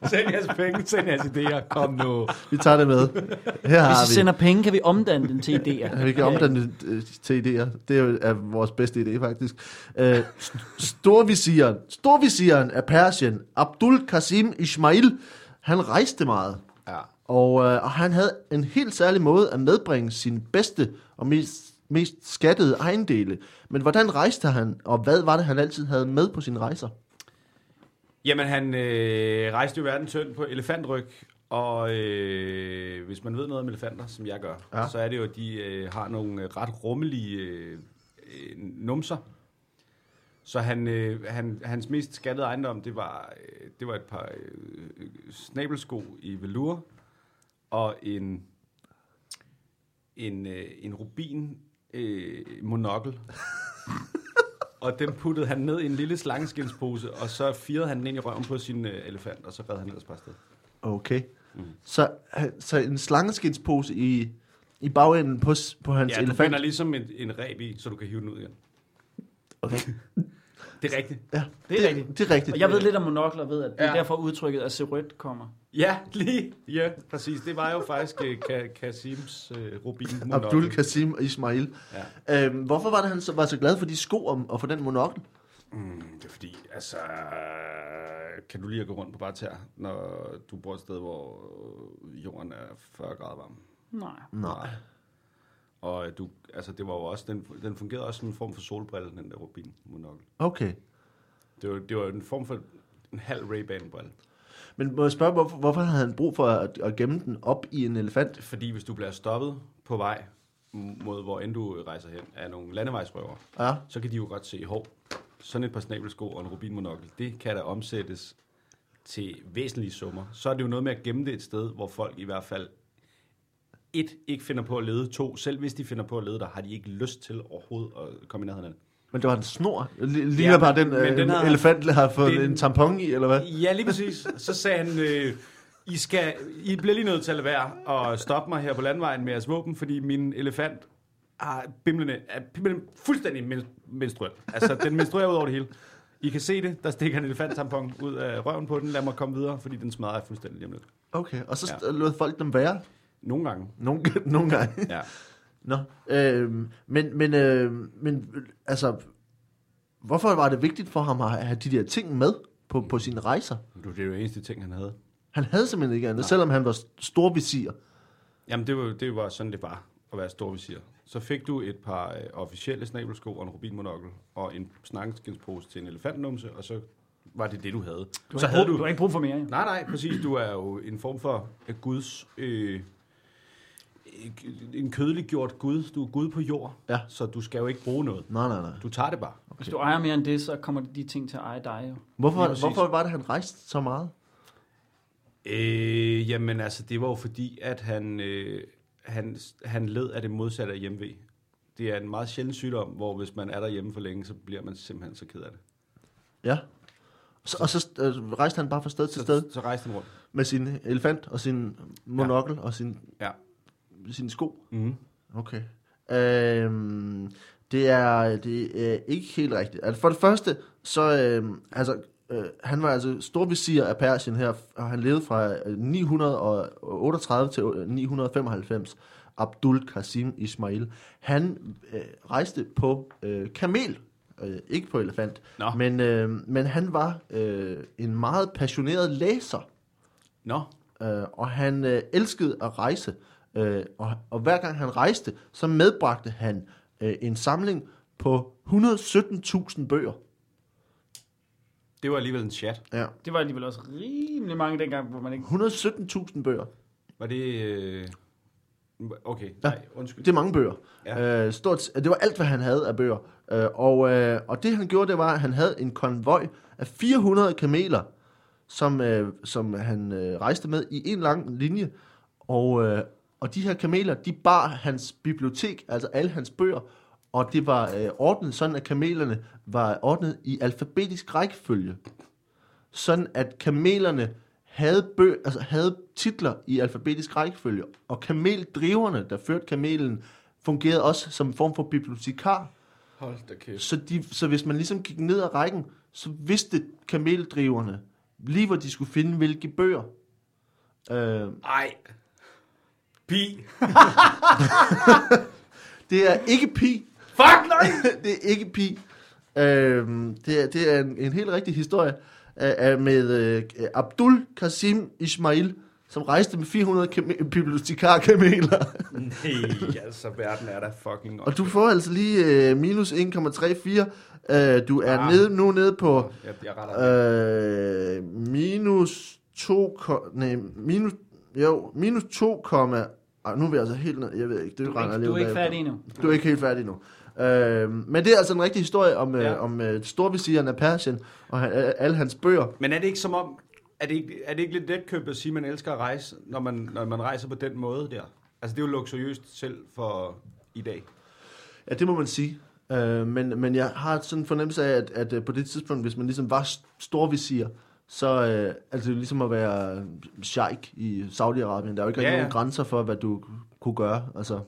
[SPEAKER 3] Send jeres penge, send jeres idéer. Kom nu.
[SPEAKER 1] vi tager det med. Her
[SPEAKER 2] Hvis
[SPEAKER 1] har
[SPEAKER 2] I
[SPEAKER 1] vi.
[SPEAKER 2] sender penge, kan vi omdanne den til idéer.
[SPEAKER 1] Ja, vi kan omdanne det øh, til idéer. Det er jo er vores bedste idé, faktisk. Øh, st- Storvisiren. Storvisiren af Persien, Abdul Qasim Ismail, han rejste meget.
[SPEAKER 3] Ja.
[SPEAKER 1] Og, øh, og han havde en helt særlig måde at medbringe sine bedste og mest, mest skattede ejendele. Men hvordan rejste han, og hvad var det, han altid havde med på sine rejser?
[SPEAKER 3] Jamen, han øh, rejste jo verden tynd på elefantryg, og øh, hvis man ved noget om elefanter, som jeg gør,
[SPEAKER 1] Ja.
[SPEAKER 3] ja. så er det jo, at de øh, har nogle øh, ret rummelige øh, øh, numser. Så han, øh, han, hans mest skattede ejendom, det var, øh, det var et par øh, øh, snabelsko i velour, og en, en, øh, en rubin øh, monokkel. og den puttede han ned i en lille slangeskinspose, og så firede han den ind i røven på sin øh, elefant, og så red han ellers bare sted.
[SPEAKER 1] Okay.
[SPEAKER 3] Mm.
[SPEAKER 1] Så, øh, så en slangeskinspose i, i bagenden på, s- på hans
[SPEAKER 3] Ja, du
[SPEAKER 1] elefant.
[SPEAKER 3] finder ligesom en, en reb i, så du kan hive den ud igen.
[SPEAKER 1] Okay.
[SPEAKER 3] Det er rigtigt.
[SPEAKER 1] Ja,
[SPEAKER 2] Det er rigtigt.
[SPEAKER 1] Det er rigtigt.
[SPEAKER 2] Og jeg ved lidt om monokler, ved at det er
[SPEAKER 3] Ja.
[SPEAKER 2] derfor udtrykket at serøt kommer.
[SPEAKER 3] Ja, lige. Ja, præcis. Det var jo faktisk øh, Ka- Kasims øh, rubin monokkel.
[SPEAKER 1] Abdul Qasim Ismail. Ja. Øhm, hvorfor var det, han så, var så glad for de sko om, og for den monokkel?
[SPEAKER 3] Mm, det er fordi, altså, kan du lige at gå rundt på bare tær, når du bor et sted, hvor øh, jorden er 40 grader varm?
[SPEAKER 2] Nej.
[SPEAKER 1] Nej.
[SPEAKER 3] Og øh, du, altså, det var jo også, den, den fungerede også som en form for solbrille, den der rubin monokkel.
[SPEAKER 1] Okay.
[SPEAKER 3] Det var, det var en form for en halv Ray-Ban-brille.
[SPEAKER 1] Men må jeg spørge, hvorfor, hvorfor havde han brug for at, at gemme den op i en elefant?
[SPEAKER 3] Fordi hvis du bliver stoppet på vej mod, hvor end du rejser hen, af nogle landevejsrøver,
[SPEAKER 1] Ja.
[SPEAKER 3] så kan de jo godt se, hov, sådan et par snabelsko og en rubinmonokkel, det kan da omsættes til væsentlige summer. Så er det jo noget med at gemme det et sted, hvor folk i hvert fald et, ikke finder på at lede, to, selv hvis de finder på at lede dig, har de ikke lyst til overhovedet at komme i nærheden af det.
[SPEAKER 1] Men det var en snor. L- Ligner ja, bare den,
[SPEAKER 3] men
[SPEAKER 1] øh,
[SPEAKER 3] den har-
[SPEAKER 1] elefant har fået
[SPEAKER 3] det er en-
[SPEAKER 1] en tampon i, eller hvad?
[SPEAKER 3] Ja, lige præcis. Så sagde han, øh, I, skal, I bliver lige nødt til at lade være og stoppe mig her på landvejen med jeres våben, fordi min elefant har bimlende, er bimlende fuldstændig men- menstruel. Altså, den menstruerer ud over det hele. I kan se det, der stikker en elefant-tampon ud af røven på den. Lad mig komme videre, fordi den smadrer jeg fuldstændig lige om lidt.
[SPEAKER 1] Okay, og så
[SPEAKER 3] Ja.
[SPEAKER 1] ja. lod folk dem være
[SPEAKER 3] Nogle gange.
[SPEAKER 1] nogle, nogle gange.
[SPEAKER 3] Ja.
[SPEAKER 1] Nå, øhm, men, men, øhm, men øh, altså, hvorfor var det vigtigt for ham at have de der ting med på, på sine rejser?
[SPEAKER 3] Det var det eneste ting, han havde.
[SPEAKER 1] Han havde simpelthen ikke andet, selvom han var s- storvisir.
[SPEAKER 3] Jamen, det var, det var sådan, det var at være storvisir. Så fik du et par øh, officielle snabelsko og en rubinmonokkel og en snakkenskindspose til en elefantnumse, og så var det det, du havde.
[SPEAKER 2] Du har,
[SPEAKER 3] så
[SPEAKER 2] ikke, brug, du har ikke brug for mere, jo.
[SPEAKER 3] Nej, nej, præcis. Du er jo en form for øh, Guds... Øh, øh, en kødeliggjort Gud. Du er Gud på jord,
[SPEAKER 1] Ja.
[SPEAKER 3] så du skal jo ikke bruge noget.
[SPEAKER 1] Nej, nej, nej.
[SPEAKER 3] Du tager det bare.
[SPEAKER 2] Hvis du ejer mere end det, så kommer de ting til at eje dig, jo.
[SPEAKER 1] Hvorfor,
[SPEAKER 3] Lige præcis.
[SPEAKER 1] hvorfor var det, han rejste så meget?
[SPEAKER 3] Øh, jamen altså, det var jo fordi, at han, øh, han, han led af det modsatte af hjemvej. Det er en meget sjælden sygdom, hvor hvis man er derhjemme for længe, så bliver man simpelthen så ked af det.
[SPEAKER 1] Ja. Så, og så øh, rejste han bare fra sted til sted
[SPEAKER 3] Så, så rejste han rundt.
[SPEAKER 1] med sin elefant og sin monokkel ja. og sin,
[SPEAKER 3] Ja.
[SPEAKER 1] sin sko.
[SPEAKER 3] Mm.
[SPEAKER 1] Okay. Øhm, det er det er ikke helt rigtigt. Altså for det første, så øhm, altså, øh, han var altså storvisir af Persien her, og han levede fra øh, 938 til øh, 995. Abdul Qasim Ismail. Han øh, rejste på øh, kamel, øh, ikke på elefant.
[SPEAKER 3] Nå.
[SPEAKER 1] Men, øh, men han var øh, en meget passioneret læser.
[SPEAKER 3] Nå,
[SPEAKER 1] Øh, og han øh, elskede at rejse, øh, og, og hver gang han rejste, så medbragte han øh, en samling på 117.000 bøger.
[SPEAKER 3] det var alligevel en chat.
[SPEAKER 1] Ja.
[SPEAKER 2] Det var alligevel også rimelig mange dengang, hvor man ikke...
[SPEAKER 1] 117.000 bøger.
[SPEAKER 3] Var det... Øh... Okay, nej, undskyld.
[SPEAKER 1] Det er mange bøger.
[SPEAKER 3] Ja.
[SPEAKER 1] Ja. Øh, stort, det var alt, hvad han havde af bøger. Øh, og, øh, og det han gjorde, det var, at han havde en konvoj af 400 kameler, som, øh, som han øh, rejste med i en lang linje. Og, øh, og de her kameler, de bar hans bibliotek, altså alle hans bøger, og det var øh, ordnet sådan, at kamelerne var ordnet i alfabetisk rækkefølge. Sådan, at kamelerne havde, bø, altså havde titler i alfabetisk rækkefølge, og kameldriverne, der førte kamelen, fungerede også som en form for bibliotekar.
[SPEAKER 3] Hold da kæft.
[SPEAKER 1] Så, de, så hvis man ligesom gik ned ad rækken, så vidste kameldriverne lige, hvor de skulle finde hvilke bøger. Øh,
[SPEAKER 3] Ej. Pi.
[SPEAKER 1] det er ikke pi.
[SPEAKER 3] Fuck, nej!
[SPEAKER 1] det er ikke pi. Øhm, det, er, det er en, en helt rigtig historie øh, øh, med øh, Abdul Qasim Ismail, som rejste med 400 kame- bibliotekarkameler.
[SPEAKER 3] Nej, altså, verden er da fucking...
[SPEAKER 1] Og du får altså lige øh, minus 1,34. Øh, du er
[SPEAKER 3] Ah.
[SPEAKER 1] ah. nede, nu nede på
[SPEAKER 3] Jeg, jeg retter.
[SPEAKER 1] øh, minus 2... ko- Nej, minus, jo, minus 2, komma- ej, nu er vi altså helt ned. Jeg ved ikke, det
[SPEAKER 2] Du
[SPEAKER 1] regner
[SPEAKER 2] er ikke,
[SPEAKER 1] lige
[SPEAKER 2] du
[SPEAKER 1] ud
[SPEAKER 2] er ikke
[SPEAKER 1] bagefter.
[SPEAKER 2] færdig endnu.
[SPEAKER 1] Du er ikke helt færdig nu. Øh, men det er altså en rigtig historie om,
[SPEAKER 3] Ja.
[SPEAKER 1] ja. øh, om øh, storvisiren af Persien og han, øh, alle hans bøger.
[SPEAKER 3] Men er det ikke som om, er det ikke, er det ikke lidt letkøbt at sige, at man elsker at rejse, når man, når man rejser på den måde der? Altså, det er jo luksuriøst selv for i dag.
[SPEAKER 1] Ja, det må man sige. Øh, men, men jeg har sådan en fornemmelse af, at, at øh, på det tidspunkt, hvis man ligesom var s- storvisir, så øh, altså, det er ligesom at være sheik i Saudi-Arabien. Der er jo ikke
[SPEAKER 3] Ja,
[SPEAKER 1] ja,
[SPEAKER 3] ja.
[SPEAKER 1] nogen grænser for, hvad du kunne gøre. Altså,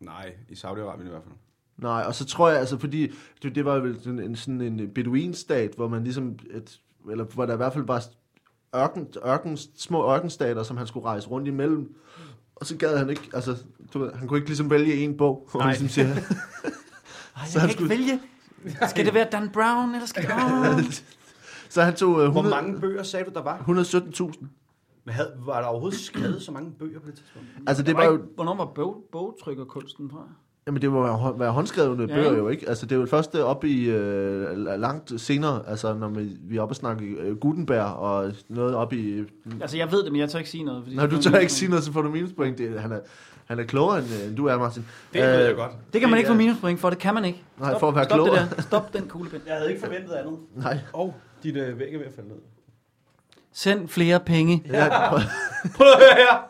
[SPEAKER 3] Nej, i Saudi-Arabien i hvert fald.
[SPEAKER 1] Nej, og så tror jeg, altså fordi, det, det var vel sådan en, sådan en beduinstat, hvor man ligesom, et, eller hvor der i hvert fald var ørken, ørken, små ørkenstater, som han skulle rejse rundt imellem. Og så gad han ikke, altså, du ved, han kunne ikke ligesom vælge en bog, hvor
[SPEAKER 3] Nej.
[SPEAKER 1] han ligesom siger,
[SPEAKER 2] Ej,
[SPEAKER 1] Så han skulle-
[SPEAKER 2] vælge. Skal det være Dan Brown, eller skal det være...
[SPEAKER 1] Så han tog øh,
[SPEAKER 4] Hvor
[SPEAKER 1] 100
[SPEAKER 4] mange bøger sagde du, der var?
[SPEAKER 1] 117.000.
[SPEAKER 4] Men havde, var der overhovedet skrevet så mange bøger på det tidspunkt?
[SPEAKER 1] Altså det
[SPEAKER 2] var
[SPEAKER 1] var jo,
[SPEAKER 2] ikke, hvornår var bog, bogtrykkerkunsten, tror jeg?
[SPEAKER 1] jamen det må være, hå- være håndskrevne
[SPEAKER 2] Ja,
[SPEAKER 1] ja, bøger
[SPEAKER 2] ikke?
[SPEAKER 1] jo ikke. Altså det er jo først øh, op i øh, langt senere, altså når vi, vi er oppe og snakke øh, Gutenberg og noget op i...
[SPEAKER 2] Altså, jeg ved det, men jeg tør ikke sige noget. Fordi
[SPEAKER 1] Når du tør ikke sige noget, så får du minuspoint. Det, han, er, han er klogere end, øh, end du er, Martin.
[SPEAKER 4] Det ved
[SPEAKER 1] Øh.
[SPEAKER 4] jeg godt.
[SPEAKER 2] Det kan man ikke få
[SPEAKER 4] er-
[SPEAKER 2] minuspoint for, det kan man ikke.
[SPEAKER 1] Nej, for at være
[SPEAKER 2] stop
[SPEAKER 1] klogere.
[SPEAKER 2] Det der. Stop den kuglepind.
[SPEAKER 4] Jeg havde ikke forventet andet.
[SPEAKER 1] Nej.
[SPEAKER 4] Og oh, dit øh, væg er ved at falde ned.
[SPEAKER 2] Send flere penge.
[SPEAKER 1] Ja.
[SPEAKER 4] Prøv at høre her.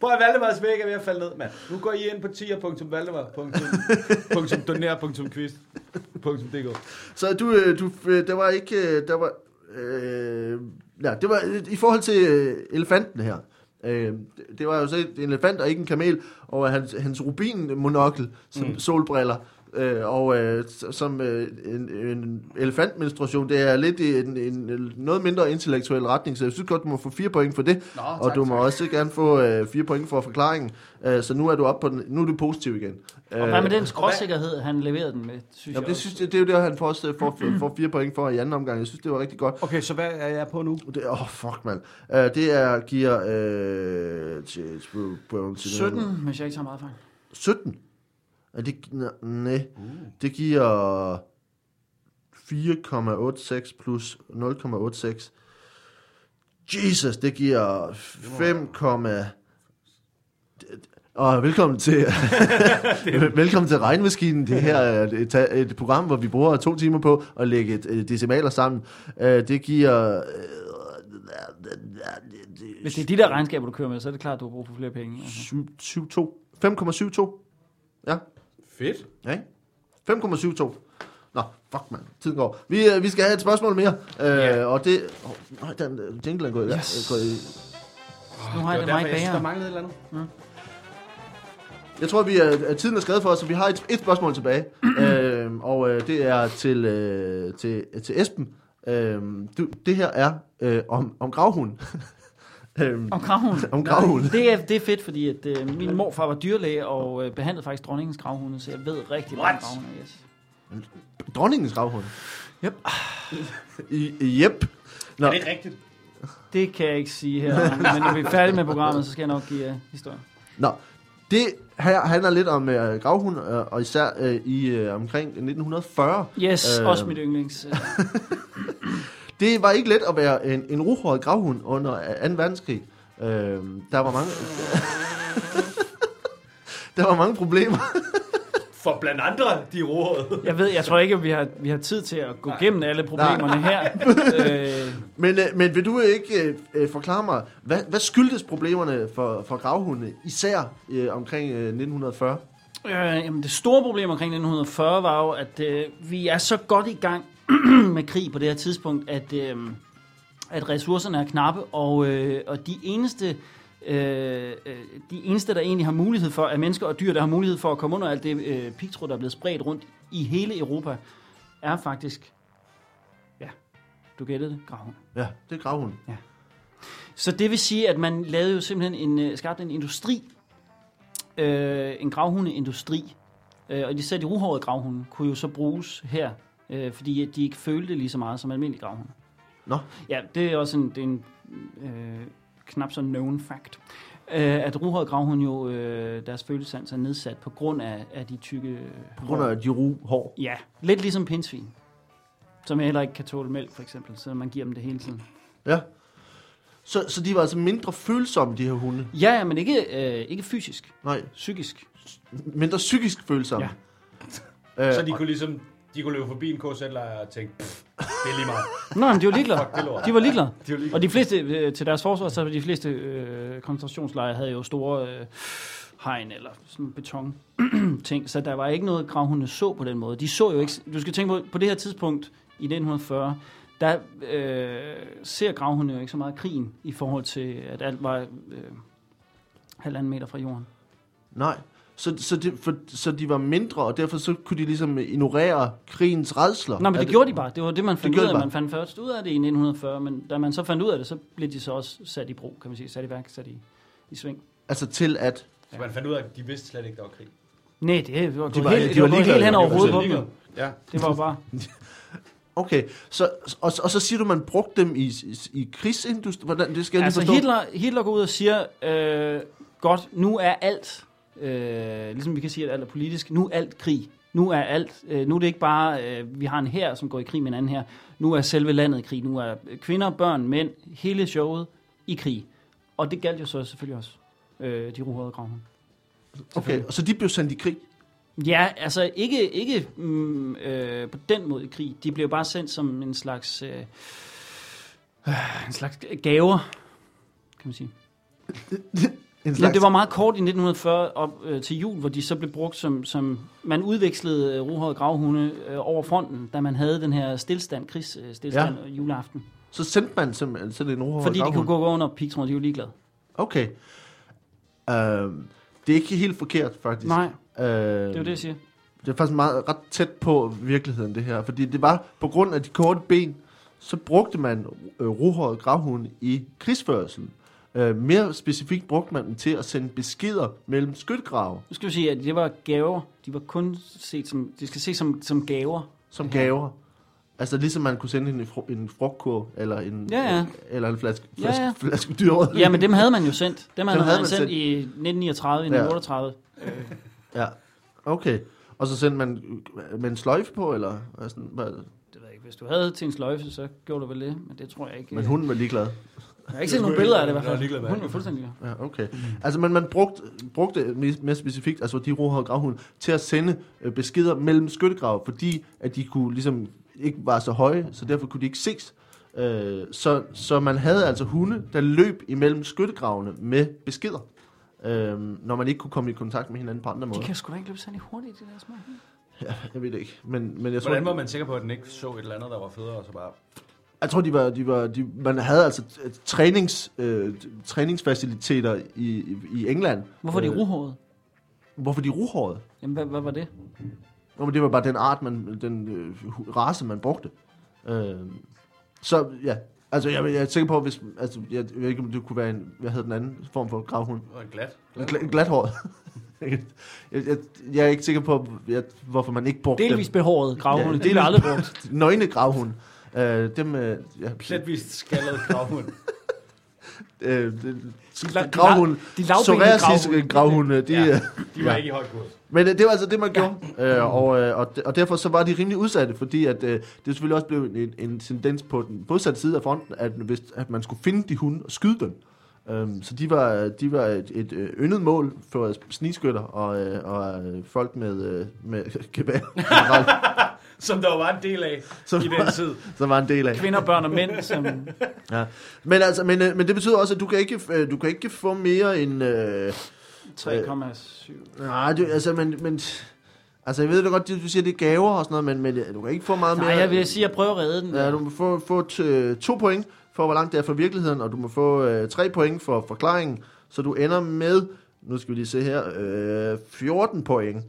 [SPEAKER 4] Prøv at Valdemars væg er ved at falde ned, mand. Nu går I ind på tier.valdemar.doner.quiz.dk
[SPEAKER 1] Så du, øh, du, øh, der var ikke, øh, der var, øh, ja, det var øh, i forhold til øh, elefanten her. Øh, det- det var jo så et- en elefant og ikke en kamel, og hans, hans rubinmonokkel, som mm. solbriller, øh, og øh, s- som øh, en, en elefantmenstruation, det er lidt i en, en noget mindre intellektuel retning, så jeg synes godt, du må få fire point for det,
[SPEAKER 4] Nå,
[SPEAKER 1] og du må også gerne få øh, fire point for forklaringen, øh, så nu er du op på den, nu er du positiv igen.
[SPEAKER 2] Og hvad med den skråsikkerhed, han leverede den med, synes
[SPEAKER 1] Øh, Jamen,
[SPEAKER 2] jeg
[SPEAKER 1] det,
[SPEAKER 2] også.
[SPEAKER 1] synes, jeg, det er jo det, han får, også, øh, får, får fire point for i anden omgang. Jeg synes, det var rigtig godt.
[SPEAKER 4] Okay, så hvad er jeg på nu?
[SPEAKER 1] Det, oh, fuck, mand. Uh, det er, giver... Øh, til, til- på- til-
[SPEAKER 2] 17, hvis jeg ikke tager meget fejl.
[SPEAKER 1] 17? Er det, nej, det giver 4,86 plus 0,86. Jesus, det giver 5, og velkommen til velkommen til regnmaskinen. Det her er et, ta- et program, hvor vi bruger to timer på at lægge et, et decimaler sammen. Øh, Det giver... øh,
[SPEAKER 2] Hvis det er de der regnskaber, du kører med, så er det klart, at du har brug for flere penge. Altså.
[SPEAKER 1] syv- syv to. 5,72. Ja.
[SPEAKER 4] Fedt.
[SPEAKER 1] Ja, ikke? 5,72. Nå, fuck mand, tiden går. Vi, øh, vi skal have et spørgsmål mere, øh,
[SPEAKER 4] Ja.
[SPEAKER 1] og det... Oh, nej, den øh, jingle er gået i yes.
[SPEAKER 2] Yes.
[SPEAKER 1] gået i.
[SPEAKER 2] Nu har
[SPEAKER 4] Det
[SPEAKER 2] jeg
[SPEAKER 4] var
[SPEAKER 2] det meget
[SPEAKER 4] derfor, jeg synes, der
[SPEAKER 2] bager.
[SPEAKER 4] manglede et eller andet.
[SPEAKER 1] Jeg tror, vi er, at tiden er skrevet for os, så vi har et, et spørgsmål tilbage. øhm, og øh, det er til, øh, til, til Esben. Øhm, du, det her er øh, om, om gravhunden. øhm,
[SPEAKER 2] Om gravhunden.
[SPEAKER 1] Om gravhunden.
[SPEAKER 2] Det er, det er fedt, fordi at, øh, min morfar var dyrlæge og øh, behandlede faktisk dronningens gravhunde, så jeg ved rigtig meget om
[SPEAKER 4] What?
[SPEAKER 2] gravhunde. Yes.
[SPEAKER 1] Dronningens gravhund.
[SPEAKER 2] Yep.
[SPEAKER 1] I, i- yep. Nå,
[SPEAKER 4] Er det rigtigt?
[SPEAKER 2] Det kan jeg ikke sige her, men når vi er færdige med programmet, så skal jeg nok give jer historien.
[SPEAKER 1] Nå, det her handler lidt om øh, gravhund, øh, og især øh, i øh, omkring 1940.
[SPEAKER 2] Yes,
[SPEAKER 1] Øh.
[SPEAKER 2] øh. også mit yndlings. øh.
[SPEAKER 1] Det var ikke let at være en, en ruhåret gravhund under 2. verdenskrig. Øh, der var mange... der var mange problemer.
[SPEAKER 4] For blandt andre de roede.
[SPEAKER 2] Jeg ved, jeg tror ikke, at vi har, vi har tid til at gå gennem alle problemerne her. Øh,
[SPEAKER 1] Men, øh, men vil du ikke øh, øh, forklare mig, hvad, hvad skyldtes problemerne for, for gravhunde, især øh, omkring øh, 1940?
[SPEAKER 2] Øh, jamen det store problem omkring 1940 var jo, at øh, vi er så godt i gang med krig på det her tidspunkt, at, øh, at ressourcerne er knappe, og, øh, og de eneste... Øh, øh, de eneste, der egentlig har mulighed for, er mennesker og dyr, der har mulighed for at komme under alt det øh, pigtråd, der er blevet spredt rundt i hele Europa, er faktisk, ja, du gættede det, gravhund.
[SPEAKER 1] Ja, det er gravhunde.
[SPEAKER 2] Så det vil sige, at man lavede jo simpelthen en, øh, skabte en industri, øh, en gravhundeindustri, øh, og de selv de ruhårede gravhunde kunne jo så bruges her, øh, fordi at de ikke følte lige så meget som almindelige gravhunde.
[SPEAKER 1] Nå.
[SPEAKER 2] Ja, det er også en, det er en øh, knap så known fact, øh, at ruhårede gravhunde jo, øh, deres følelsesans er nedsat på grund af, af de tykke... øh,
[SPEAKER 1] På grund af de ruhår.
[SPEAKER 2] Ja, lidt ligesom pindsvin, som heller ikke kan tåle mælk, for eksempel, så man giver dem det hele tiden.
[SPEAKER 1] Ja. Så, så de var altså mindre følsomme, de her hunde.
[SPEAKER 2] Ja, ja, men ikke, øh, ikke fysisk,
[SPEAKER 1] Nej,
[SPEAKER 2] psykisk.
[SPEAKER 1] mindre psykisk følsomme. Ja. Øh,
[SPEAKER 4] Så de kunne ligesom, de kunne løbe forbi en KZ-lejr og tænke, "Pff, det er lige meget.
[SPEAKER 2] Nå, men de var ligeglade.
[SPEAKER 4] Fuck det lort.
[SPEAKER 2] De var ligeglade.
[SPEAKER 4] De var lige...
[SPEAKER 2] Og de fleste, øh, til deres forsvar, så var de fleste øh, koncentrationslejre havde jo store øh, hegn eller sådan beton ting, så der var ikke noget gravhunde så på den måde. De så jo ikke, du skal tænke på, på det her tidspunkt i 1940, der øh, ser gravhunde jo ikke så meget krigen i forhold til, at alt var øh, halvanden meter fra jorden.
[SPEAKER 1] nej. Så, så, de, for, så de var mindre, og derfor så kunne de ligesom ignorere krigens Altså- redsler.
[SPEAKER 2] Nå, men
[SPEAKER 1] Er
[SPEAKER 2] det gjorde de bare. Det var det, man fandt
[SPEAKER 1] gjorde
[SPEAKER 2] ud
[SPEAKER 1] de
[SPEAKER 2] af.
[SPEAKER 1] bare.
[SPEAKER 2] Man fandt først ud af det i 1940, men da man så fandt ud af det, så blev de så også sat i brug, kan man sige. Sat i værk, sat i, i sving.
[SPEAKER 1] Altså til at...
[SPEAKER 4] Så man fandt ud af, at de vidste slet ikke, der var krig.
[SPEAKER 2] Nej, det var, de
[SPEAKER 1] var-
[SPEAKER 2] var, helt,
[SPEAKER 1] de
[SPEAKER 2] de
[SPEAKER 1] var
[SPEAKER 2] var, var helt
[SPEAKER 1] ligeglade,
[SPEAKER 2] hen
[SPEAKER 1] jo.
[SPEAKER 2] over hovedet på
[SPEAKER 4] Det er
[SPEAKER 2] dem.
[SPEAKER 4] Ja.
[SPEAKER 2] Det var bare...
[SPEAKER 1] Okay, så, og, og så siger du, man brugte dem i, i, i krigsindustrien? Hvordan, det skal jeg lige
[SPEAKER 2] Altså
[SPEAKER 1] forstå.
[SPEAKER 2] Hitler, Hitler går ud og siger, øh, godt, nu er alt, øh, ligesom vi kan sige, at alt er politisk, nu er alt krig. Nu er alt, øh, nu er det ikke bare, øh, vi har en her, som går i krig med en anden her. Nu er selve landet i krig. Nu er øh, kvinder, børn, mænd, hele showet i krig. Og det galt jo så selvfølgelig også øh, de ruhårede gravhunde.
[SPEAKER 1] Okay, og så de blev sendt i krig?
[SPEAKER 2] Ja, altså ikke, ikke mm, øh, på den måde i krig. De blev bare sendt som en slags, øh, øh, en slags gaver, kan man sige.
[SPEAKER 1] En
[SPEAKER 2] Slags...
[SPEAKER 1] slags,
[SPEAKER 2] Det var meget kort i 1940 op øh, til jul, hvor de så blev brugt som... som man udvekslede øh, ruhårede gravhunde øh, over fronten, da man havde den her stillstand, krigsstillstand ja. juleaften.
[SPEAKER 1] så sendte man simpelthen sådan en overhård
[SPEAKER 2] Fordi de kunne gå under pigtråden, de var ligeglade.
[SPEAKER 1] Okay. Øhm, det er ikke helt forkert, faktisk.
[SPEAKER 2] Nej,
[SPEAKER 1] øhm,
[SPEAKER 2] det var det, jeg siger.
[SPEAKER 1] Det er faktisk meget, ret tæt på virkeligheden, det her. Fordi det var på grund af de korte ben, så brugte man øh, rohåret gravhunde i krigsførelsen. Øh, mere specifikt brugte man dem til at sende beskeder mellem skytgrave
[SPEAKER 2] Nu skal vi sige, at det var gaver. De var kun set som... De skal ses som, som gaver.
[SPEAKER 1] som gaver. Altså ligesom man kunne sende en, fru- en frugtkurv, eller en, øh,
[SPEAKER 2] Ja, ja.
[SPEAKER 1] eller en flaske,
[SPEAKER 2] Ja,
[SPEAKER 1] flaske,
[SPEAKER 2] ja.
[SPEAKER 1] flaske dyrød.
[SPEAKER 2] Ja, men dem havde man jo sendt. Dem havde,
[SPEAKER 1] Dem
[SPEAKER 2] man,
[SPEAKER 1] havde
[SPEAKER 2] sendt,
[SPEAKER 1] man sendt.
[SPEAKER 2] i 1939, 1938.
[SPEAKER 1] ja. Okay. Og så sendte man øh, med en sløjfe på, eller hvad sådan, hvad-
[SPEAKER 2] Det ved jeg ikke. Hvis du havde til en sløjfe, så gjorde du vel det. Men det tror jeg ikke.
[SPEAKER 1] men hunden var ligeglad.
[SPEAKER 2] Jeg har ikke set nogen billeder af det i hvert
[SPEAKER 4] Jeg var ligeglad
[SPEAKER 2] fald.
[SPEAKER 4] med
[SPEAKER 2] Hun var
[SPEAKER 4] det.
[SPEAKER 2] fuldstændig ligeglad.
[SPEAKER 1] Ja, okay.
[SPEAKER 4] Mm.
[SPEAKER 1] Altså, men man brugte, brugte det mere- mere specifikt, altså de rohøjde gravhunde, til at sende øh, beskeder mellem skyttegrave, fordi at de kunne ligesom ikke var så høje, så derfor kunne de ikke ses. Øh, så, så man havde altså hunde, der løb imellem skyttegravene med beskeder, øh, når man ikke kunne komme i kontakt med hinanden på andre måder.
[SPEAKER 2] De kan sgu da ikke løbe særlig hurtigt, de der små. hunde.
[SPEAKER 1] Ja, jeg ved det ikke, men, men jeg tror,
[SPEAKER 4] Hvordan var man sikker på, at den ikke så et eller andet, der var federe, og så bare...
[SPEAKER 1] jeg tror de var, de var, de, man havde altså øh, trænings, øh, træningsfaciliteter i, i, i England.
[SPEAKER 2] Hvorfor er de
[SPEAKER 1] Øh,
[SPEAKER 2] ruhårede?
[SPEAKER 1] Hvorfor de rohårede?
[SPEAKER 2] Jamen, hvad, hvad var det?
[SPEAKER 1] Nå, men det var bare den art, man, den øh, hu- race, man brugte. Øh, så ja, altså jeg, jeg er sikker på, hvis, altså jeg, jeg ved ikke, om det kunne være en, hvad hedder den anden form for gravhund?
[SPEAKER 4] Det var en glat.
[SPEAKER 1] En, gla, en glathåret. jeg, jeg, jeg, er ikke sikker på, jeg, hvorfor man ikke brugte
[SPEAKER 2] Delvis behåret gravhunde.
[SPEAKER 1] Ja,
[SPEAKER 2] Ja, det blev
[SPEAKER 1] delvis-
[SPEAKER 2] aldrig brugt.
[SPEAKER 1] dem. Nøgne gravhund. Øh, dem, øh, ja,
[SPEAKER 4] Pletvist skaldet gravhund.
[SPEAKER 1] øh, det-
[SPEAKER 2] la-
[SPEAKER 1] gravhund,
[SPEAKER 2] de lavbenede
[SPEAKER 1] psoriasis
[SPEAKER 2] gravhunde.
[SPEAKER 1] gravhunde, de,
[SPEAKER 4] Ja.
[SPEAKER 1] ja.
[SPEAKER 4] De var
[SPEAKER 1] Ja.
[SPEAKER 4] ikke i høj kurs.
[SPEAKER 1] Men øh, det var altså det, man gjorde, øh, og, øh, og, de- og derfor så var de rimelig udsatte, fordi at, øh, det selvfølgelig også blev en, en tendens på den modsatte side af fronten, at, hvis, at man skulle finde de hunde og skyde dem. Øhm, så de var, de var et, et øh, yndet mål for snigskytter og, øh, og øh, folk med, øh, med gevær, generelt,
[SPEAKER 4] Som der jo var en del af
[SPEAKER 1] Som
[SPEAKER 4] i den tid.
[SPEAKER 1] som var en del af.
[SPEAKER 2] Kvinder, børn og mænd, som...
[SPEAKER 1] Øh. Ja. Men, altså, men, øh, men det betyder også, at du kan ikke, øh, du kan ikke få mere end... Øh,
[SPEAKER 2] 3,7.
[SPEAKER 1] nej, du, altså, men, men, altså, jeg ved da godt, du siger, det er gaver og sådan noget, men, men øh, du kan ikke få meget mere...
[SPEAKER 2] Nej, jeg vil sige, at jeg prøver at redde den.
[SPEAKER 1] Ja, du må få, få t- øh, to point for, hvor langt det er fra virkeligheden, og du må få øh, tre point for forklaringen, så du ender med, nu skal vi lige se her, øh, 14 point.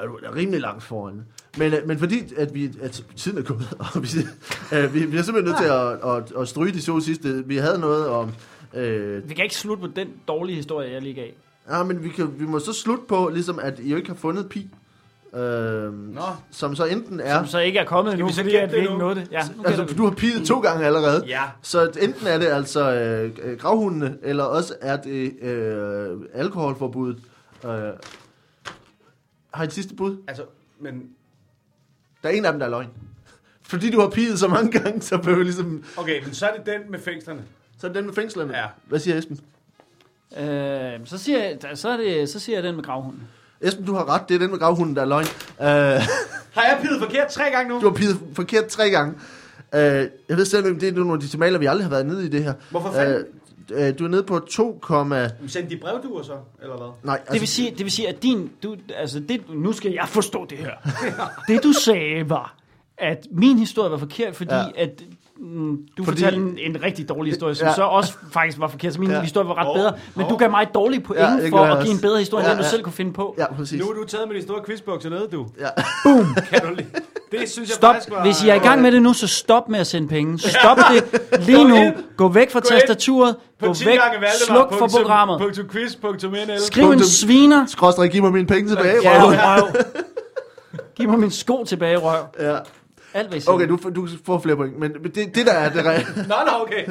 [SPEAKER 1] Ja, Du er rimelig langt foran. Men, øh, men fordi at vi, at tiden er gået, og vi, øh, vi bliver simpelthen nødt til at, at, at stryge de to sidste. Vi havde noget om... Øh,
[SPEAKER 2] Vi kan ikke slutte på den dårlige historie, jeg lige gav.
[SPEAKER 1] ja, men vi, kan, vi må så slutte på, ligesom, at I jo ikke har fundet pi. Øh,
[SPEAKER 4] Nå,
[SPEAKER 1] som så enten
[SPEAKER 2] Som
[SPEAKER 1] er...
[SPEAKER 2] så ikke er kommet nu,
[SPEAKER 4] vi så
[SPEAKER 2] fordi
[SPEAKER 4] gætte
[SPEAKER 2] at vi
[SPEAKER 4] det
[SPEAKER 2] ikke
[SPEAKER 4] nu?
[SPEAKER 2] nåede det. Ja, nu
[SPEAKER 1] Altså,
[SPEAKER 2] gætter vi.
[SPEAKER 1] du har piget to gange allerede.
[SPEAKER 4] ja.
[SPEAKER 1] Så enten er det altså øh, øh, gravhundene, eller også er det øh, alkoholforbuddet. Øh, har I et sidste bud?
[SPEAKER 4] Altså, men...
[SPEAKER 1] Der er en af dem, der er løgn. Fordi du har piget så mange gange, så behøver jeg ligesom...
[SPEAKER 4] Okay, men så er det den med fængslerne.
[SPEAKER 1] Så er det den med fængslerne.
[SPEAKER 4] Ja.
[SPEAKER 1] Hvad siger Esben?
[SPEAKER 2] Øh, så, siger jeg, så, er det, så siger jeg den med gravhunden.
[SPEAKER 1] Esben, du har ret. Det er den med gravhunden, der er løgn. Øh,
[SPEAKER 4] Har jeg pillet forkert tre gange nu?
[SPEAKER 1] du har piget forkert tre gange. Øh, jeg ved selv, ikke, om det er nogle af de temaler, vi aldrig har været nede i det her.
[SPEAKER 4] Hvorfor fanden?
[SPEAKER 1] Øh, øh, du er nede på 2, komma-
[SPEAKER 4] Jamen, Sendte de brevduer så, eller hvad?
[SPEAKER 1] nej, altså-
[SPEAKER 2] Det vil sige, det vil sige at din... Du, altså det, nu skal jeg forstå det her. det, du sagde, var, at min historie var forkert, fordi
[SPEAKER 1] Ja.
[SPEAKER 2] ja. at mm, du
[SPEAKER 1] Fordi-
[SPEAKER 2] fordi... fortalte en, en rigtig dårlig historie, som
[SPEAKER 1] Ja.
[SPEAKER 2] ja. så også faktisk var forkert, så min
[SPEAKER 1] Ja.
[SPEAKER 2] ja. historie var ret
[SPEAKER 4] Hov,
[SPEAKER 2] bedre. Men
[SPEAKER 4] hov.
[SPEAKER 2] du gav mig et dårligt point
[SPEAKER 1] Ja, det
[SPEAKER 2] ja, for
[SPEAKER 1] gør jeg
[SPEAKER 2] at
[SPEAKER 1] også.
[SPEAKER 2] give en bedre historie,
[SPEAKER 1] Ja,
[SPEAKER 2] ja, end den, du
[SPEAKER 1] ja.
[SPEAKER 2] selv kunne finde på. Ja.
[SPEAKER 1] Ja, præcis.
[SPEAKER 4] Nu er du taget med de store quizbokser nede, du.
[SPEAKER 1] Ja.
[SPEAKER 4] Boom! Kan du lige? Det synes jeg
[SPEAKER 2] Stop.
[SPEAKER 4] faktisk var...
[SPEAKER 2] Hvis I er i gang med det nu, så stop med at sende penge. Stop det lige
[SPEAKER 4] Gå
[SPEAKER 2] nu.
[SPEAKER 4] ind.
[SPEAKER 2] Gå væk fra
[SPEAKER 4] ind.
[SPEAKER 2] tastaturet. Gå
[SPEAKER 4] 10
[SPEAKER 2] væk.
[SPEAKER 4] gange Valdemar.
[SPEAKER 2] Sluk for
[SPEAKER 4] punktum-
[SPEAKER 2] programmet.
[SPEAKER 4] Punktum quiz. Punktum NL.
[SPEAKER 2] Skriv en
[SPEAKER 1] Punktum.
[SPEAKER 2] sviner.
[SPEAKER 1] Skråstrej, giv mig mine penge tilbage,
[SPEAKER 2] Ja,
[SPEAKER 1] røv.
[SPEAKER 2] røv. Giv mig min sko tilbage, røv.
[SPEAKER 1] Ja.
[SPEAKER 2] Alt hvad I siger.
[SPEAKER 1] Okay, du, du får flere point. Men det, det, der er det, re-
[SPEAKER 4] Nå, nå, okay.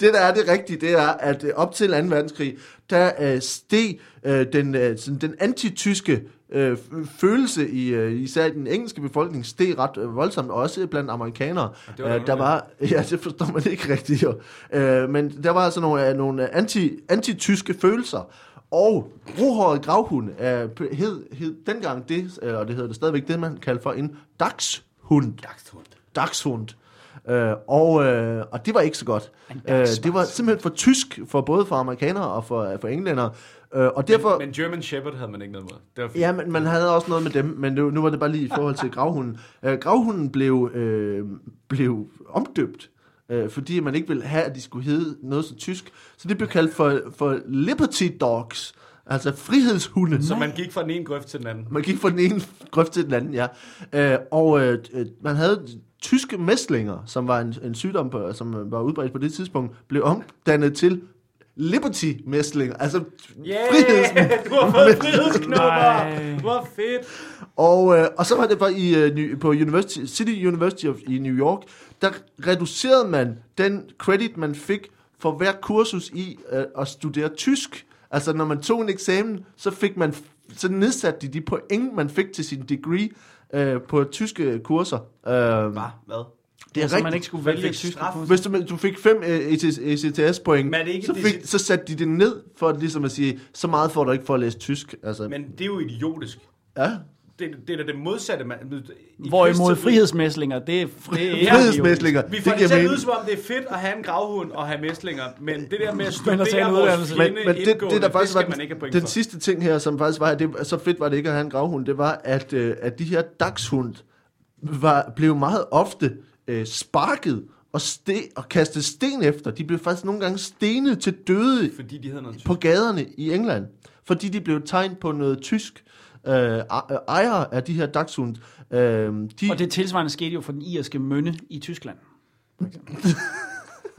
[SPEAKER 1] det, der er det rigtige, det er, at øh, op til 2. verdenskrig, der øh, steg øh, den, øh, sådan, den antityske øh, f- følelse i øh, især den engelske befolkning steg ret øh, voldsomt, også blandt amerikanere.
[SPEAKER 4] det var da
[SPEAKER 1] Øh, der var, ja, det forstår man ikke rigtigt jo. Øh, men der var altså nogle, øh, nogle anti, antityske følelser. Og rohåret gravhund øh, p- hed, hed dengang det, øh, og det hedder det stadigvæk, det man kalder for en dagshund.
[SPEAKER 4] Dagshund.
[SPEAKER 1] dagshund. Øh, og, øh, og det var ikke så godt. Øh, det var simpelthen for tysk, for både for amerikanere og for, for englænder. Øh, og derfor...
[SPEAKER 4] Men German Shepherd havde man ikke noget mod. Det var fint.
[SPEAKER 1] Ja, men man havde også noget med dem, men det, nu var det bare lige i forhold til gravhunden. Øh, gravhunden blev, øh, blev omdøbt, øh, fordi man ikke ville have, at de skulle hedde noget så tysk. Så det blev kaldt for, for Liberty Dogs, altså frihedshunde.
[SPEAKER 4] Så man gik fra den ene grøft til den anden.
[SPEAKER 1] Man gik fra den ene grøft til den anden, ja. Øh, og øh, øh, man havde tyske mæslinger, som var en, en sygdom, på, som øh, var udbredt på det tidspunkt, blev omdannet til liberty-mæslinger, altså yeah. frihedsmæslinger.
[SPEAKER 4] du har fået frihedsknopper.
[SPEAKER 2] Nej.
[SPEAKER 4] Hvor fedt.
[SPEAKER 1] Og, øh, og så var det bare i, øh, ny- på University, City University of, i New York, der reducerede man den credit, man fik for hver kursus i øh, at studere tysk. Altså når man tog en eksamen, så fik man så nedsatte de de point, man fik til sin degree øh, på tyske kurser. Øh,
[SPEAKER 4] Hva? Hvad?
[SPEAKER 1] det er
[SPEAKER 2] Så man
[SPEAKER 1] rigtigt.
[SPEAKER 2] ikke skulle
[SPEAKER 4] Man
[SPEAKER 2] vælge
[SPEAKER 4] fik
[SPEAKER 2] tysk.
[SPEAKER 4] straf.
[SPEAKER 1] Hvis du, du fik øh, E 5 ECTS-point,
[SPEAKER 4] Men er det ikke
[SPEAKER 1] så,
[SPEAKER 4] det-
[SPEAKER 1] fik, så satte de det ned for ligesom at sige, så meget får du ikke for at læse tysk. Altså,
[SPEAKER 4] Men det er jo idiotisk.
[SPEAKER 1] ja.
[SPEAKER 4] Det, det er da det modsatte, man... I
[SPEAKER 2] Hvorimod
[SPEAKER 4] krigstid-
[SPEAKER 2] frihedsmæslinger, det er, det er
[SPEAKER 1] Frihedsmæslinger,
[SPEAKER 4] Vi
[SPEAKER 1] det
[SPEAKER 4] får det
[SPEAKER 1] giver
[SPEAKER 4] til at
[SPEAKER 1] mening.
[SPEAKER 4] lyde, som om det er fedt at have en gravhund og have mæslinger, men det der med at
[SPEAKER 2] Men at tage
[SPEAKER 4] studere
[SPEAKER 2] en
[SPEAKER 4] vores
[SPEAKER 2] uddannelse.
[SPEAKER 4] fjende
[SPEAKER 1] men, men det, det,
[SPEAKER 4] indgående,
[SPEAKER 1] der faktisk
[SPEAKER 4] det
[SPEAKER 1] var
[SPEAKER 4] skal man ikke have
[SPEAKER 1] den,
[SPEAKER 4] point
[SPEAKER 1] den
[SPEAKER 4] for.
[SPEAKER 1] sidste ting her, som faktisk var, at det, så fedt var det ikke at have en gravhund, det var, at, øh, at de her dagshund var, blev meget ofte øh, sparket og, ste, og kastet sten efter. De blev faktisk nogle gange stenet til døde
[SPEAKER 4] Fordi de havde noget
[SPEAKER 1] på gaderne i England, fordi de blev et tegn på noget tysk. Øh, ejere af de her dagshund, øh, de,
[SPEAKER 2] Og det tilsvarende skete jo for den irske mønne i Tyskland. for eksempel.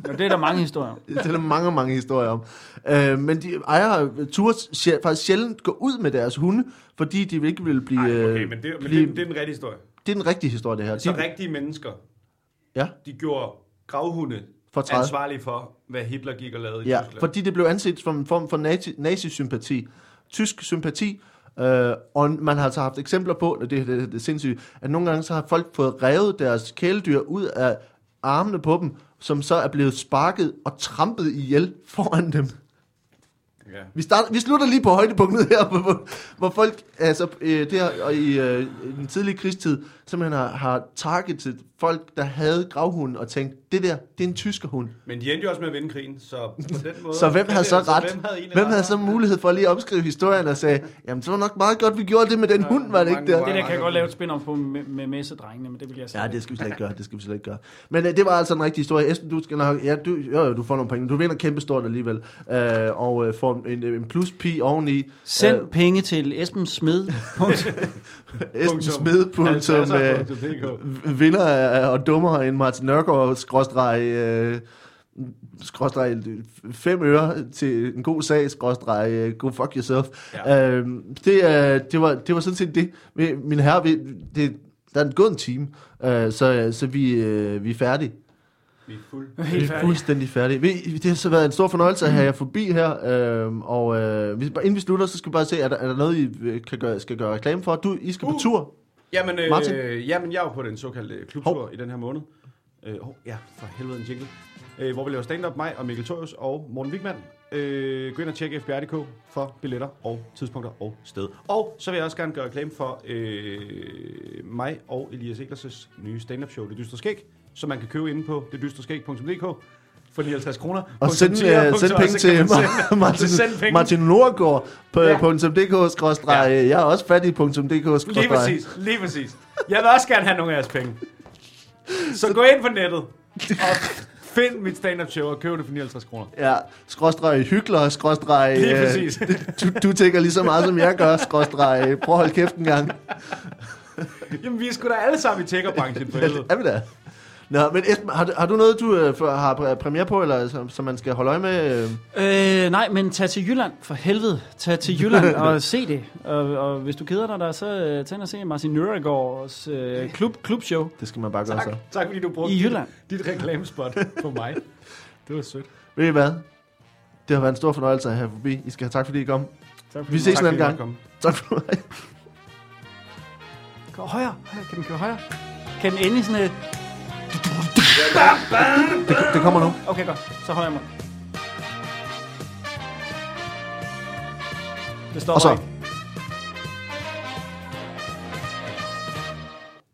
[SPEAKER 2] Og det er der mange historier om.
[SPEAKER 1] Det er der mange, mange historier om. Øh, men de ejere turde sj- faktisk sjældent gå ud med deres hunde, fordi de ikke ville blive...
[SPEAKER 4] Ej, okay,
[SPEAKER 1] øh,
[SPEAKER 4] men det, men
[SPEAKER 1] blive-
[SPEAKER 4] det, det er den rigtige historie.
[SPEAKER 1] det er den rigtige historie, det her.
[SPEAKER 4] Så
[SPEAKER 1] De-
[SPEAKER 4] rigtige mennesker,
[SPEAKER 1] Ja.
[SPEAKER 4] de gjorde gravhunde
[SPEAKER 1] Fortræd.
[SPEAKER 4] ansvarlige for, hvad Hitler gik og lavede i
[SPEAKER 1] ja,
[SPEAKER 4] Tyskland.
[SPEAKER 1] fordi det blev anset som en form for nazi, nazi-sympati. Tysk sympati. Øh, og man har altså haft eksempler på, og det, det, det er sindssygt, at nogle gange så har folk fået revet deres kæledyr ud af armene på dem, som så er blevet sparket og trampet ihjel foran dem.
[SPEAKER 4] Ja.
[SPEAKER 1] Vi, starter, vi slutter lige på højdepunktet her, hvor, hvor, hvor folk altså, øh, der og i øh, i den tidlige krigstid simpelthen har, har targetet folk, der havde gravhunden og tænkt, det der, det er en tyskerhund.
[SPEAKER 4] Men de endte jo også med at vinde krigen, så på den måde...
[SPEAKER 1] Så hvem havde så ret?
[SPEAKER 4] Hvem havde, egentlig
[SPEAKER 1] Hvem
[SPEAKER 4] ret?
[SPEAKER 1] havde så mulighed for at lige at omskrive historien og sagde, jamen så var nok meget godt, vi gjorde det med den hund, var det ikke der?
[SPEAKER 2] Det der kan jeg godt lave et spin om på med, med messedrengene, men det vil jeg sige.
[SPEAKER 1] Ja, det skal vi slet ikke gøre, det skal vi slet ikke gøre. Men øh, det var altså en rigtig historie. Esben, du skal nok, ja, du, jo, jo, du får nogle penge, du vinder kæmpestort alligevel, øh, og øh, får en, en plus pi oveni. Øh,
[SPEAKER 2] Send penge til Esben Smed.
[SPEAKER 1] Esben Smed,
[SPEAKER 4] Altså,
[SPEAKER 1] punktum, øh, vinder af- og dummer end Martin Nørgaard, skråstreg, øh, skråstreg øh, fem øre til en god sag, skråstreg, øh, go fuck yourself. Ja. Øh, det, øh, det, var, det var sådan set det. Vi- Mine herrer, vi, det, der er gået en time, øh, så, så vi, øh, vi er færdige.
[SPEAKER 4] Vi er fuld.
[SPEAKER 1] Vi er fuldstændig færdige. Vi, det har så været en stor fornøjelse at have jer forbi her, øh, og øh, hvis, inden vi slutter, så skal vi bare se, er der, er der noget, I øh, kan gøre, skal gøre reklame for? Du, I skal uh. på
[SPEAKER 4] Uh.
[SPEAKER 1] tur.
[SPEAKER 4] Jamen, øh,
[SPEAKER 1] Martin?
[SPEAKER 4] jamen, jeg er jo på den såkaldte klubtur i den her måned. Øh, hov, ja, for helvede en jingle. Øh, hvor vi laver stand-up, mig og Mikkel Torius og Morten Wigman. Øh, gå ind og tjek fbr.dk for billetter og tidspunkter og sted. Og så vil jeg også gerne gøre reklame for øh, mig og Elias Eglers' nye stand-up show, Det Dystre Skæg, som man kan købe inde på detdystreskæg.dk for 59 kroner.
[SPEAKER 1] Og send,
[SPEAKER 4] Punktum
[SPEAKER 1] uh, send
[SPEAKER 4] tier,
[SPEAKER 1] penge
[SPEAKER 4] punktum,
[SPEAKER 1] til
[SPEAKER 4] og så kan man sende-
[SPEAKER 1] Martin,
[SPEAKER 4] send penge.
[SPEAKER 1] Martin Nordgaard på
[SPEAKER 4] Ja.
[SPEAKER 1] ja. .dk skråstreg. Jeg er også fattig.dk
[SPEAKER 4] Lige
[SPEAKER 1] skråstreg.
[SPEAKER 4] præcis, lige præcis. Jeg vil også gerne have nogle af jeres penge. Så gå ind på nettet og find mit stand-up show og køb det for 59 kroner.
[SPEAKER 1] Ja, skråstreg hyggeler, skråstreg...
[SPEAKER 4] Lige
[SPEAKER 1] øh,
[SPEAKER 4] præcis.
[SPEAKER 1] Du, du tænker lige så meget, som jeg gør, skråstreg. Prøv at holde kæft en gang.
[SPEAKER 4] Jamen, vi er sgu da alle sammen i tækkerbranchen for helvede.
[SPEAKER 1] Er vi da? Nå, men Esben, har, du- har du noget, du øh, for- har pre- premiere på, eller som, som man skal holde øje med? Øh?
[SPEAKER 2] Øh, nej, men tag til Jylland, for helvede. Tag til Jylland og se det. Og, og hvis du keder dig der, så øh, tag ind og se Martin Nørregårds øh, klub, klubshow
[SPEAKER 1] Det skal man bare gøre
[SPEAKER 4] Tak,
[SPEAKER 1] så.
[SPEAKER 4] tak fordi du brugte
[SPEAKER 2] i Jylland.
[SPEAKER 4] dit, dit reklamespot på mig. Det var sødt.
[SPEAKER 1] Ved I hvad? Det har været en stor fornøjelse at have jer forbi. I skal have tak, fordi I kom.
[SPEAKER 2] Tak
[SPEAKER 1] Vi ses en anden gang.
[SPEAKER 4] Velkommen.
[SPEAKER 1] Tak for mig.
[SPEAKER 2] Gå højere. højere. Kan den køre højere? Kan den ende i sådan et...
[SPEAKER 1] Det, det kommer nu.
[SPEAKER 2] Okay, godt. Så holder jeg mig. Det stopper
[SPEAKER 1] Og så-
[SPEAKER 2] ikke.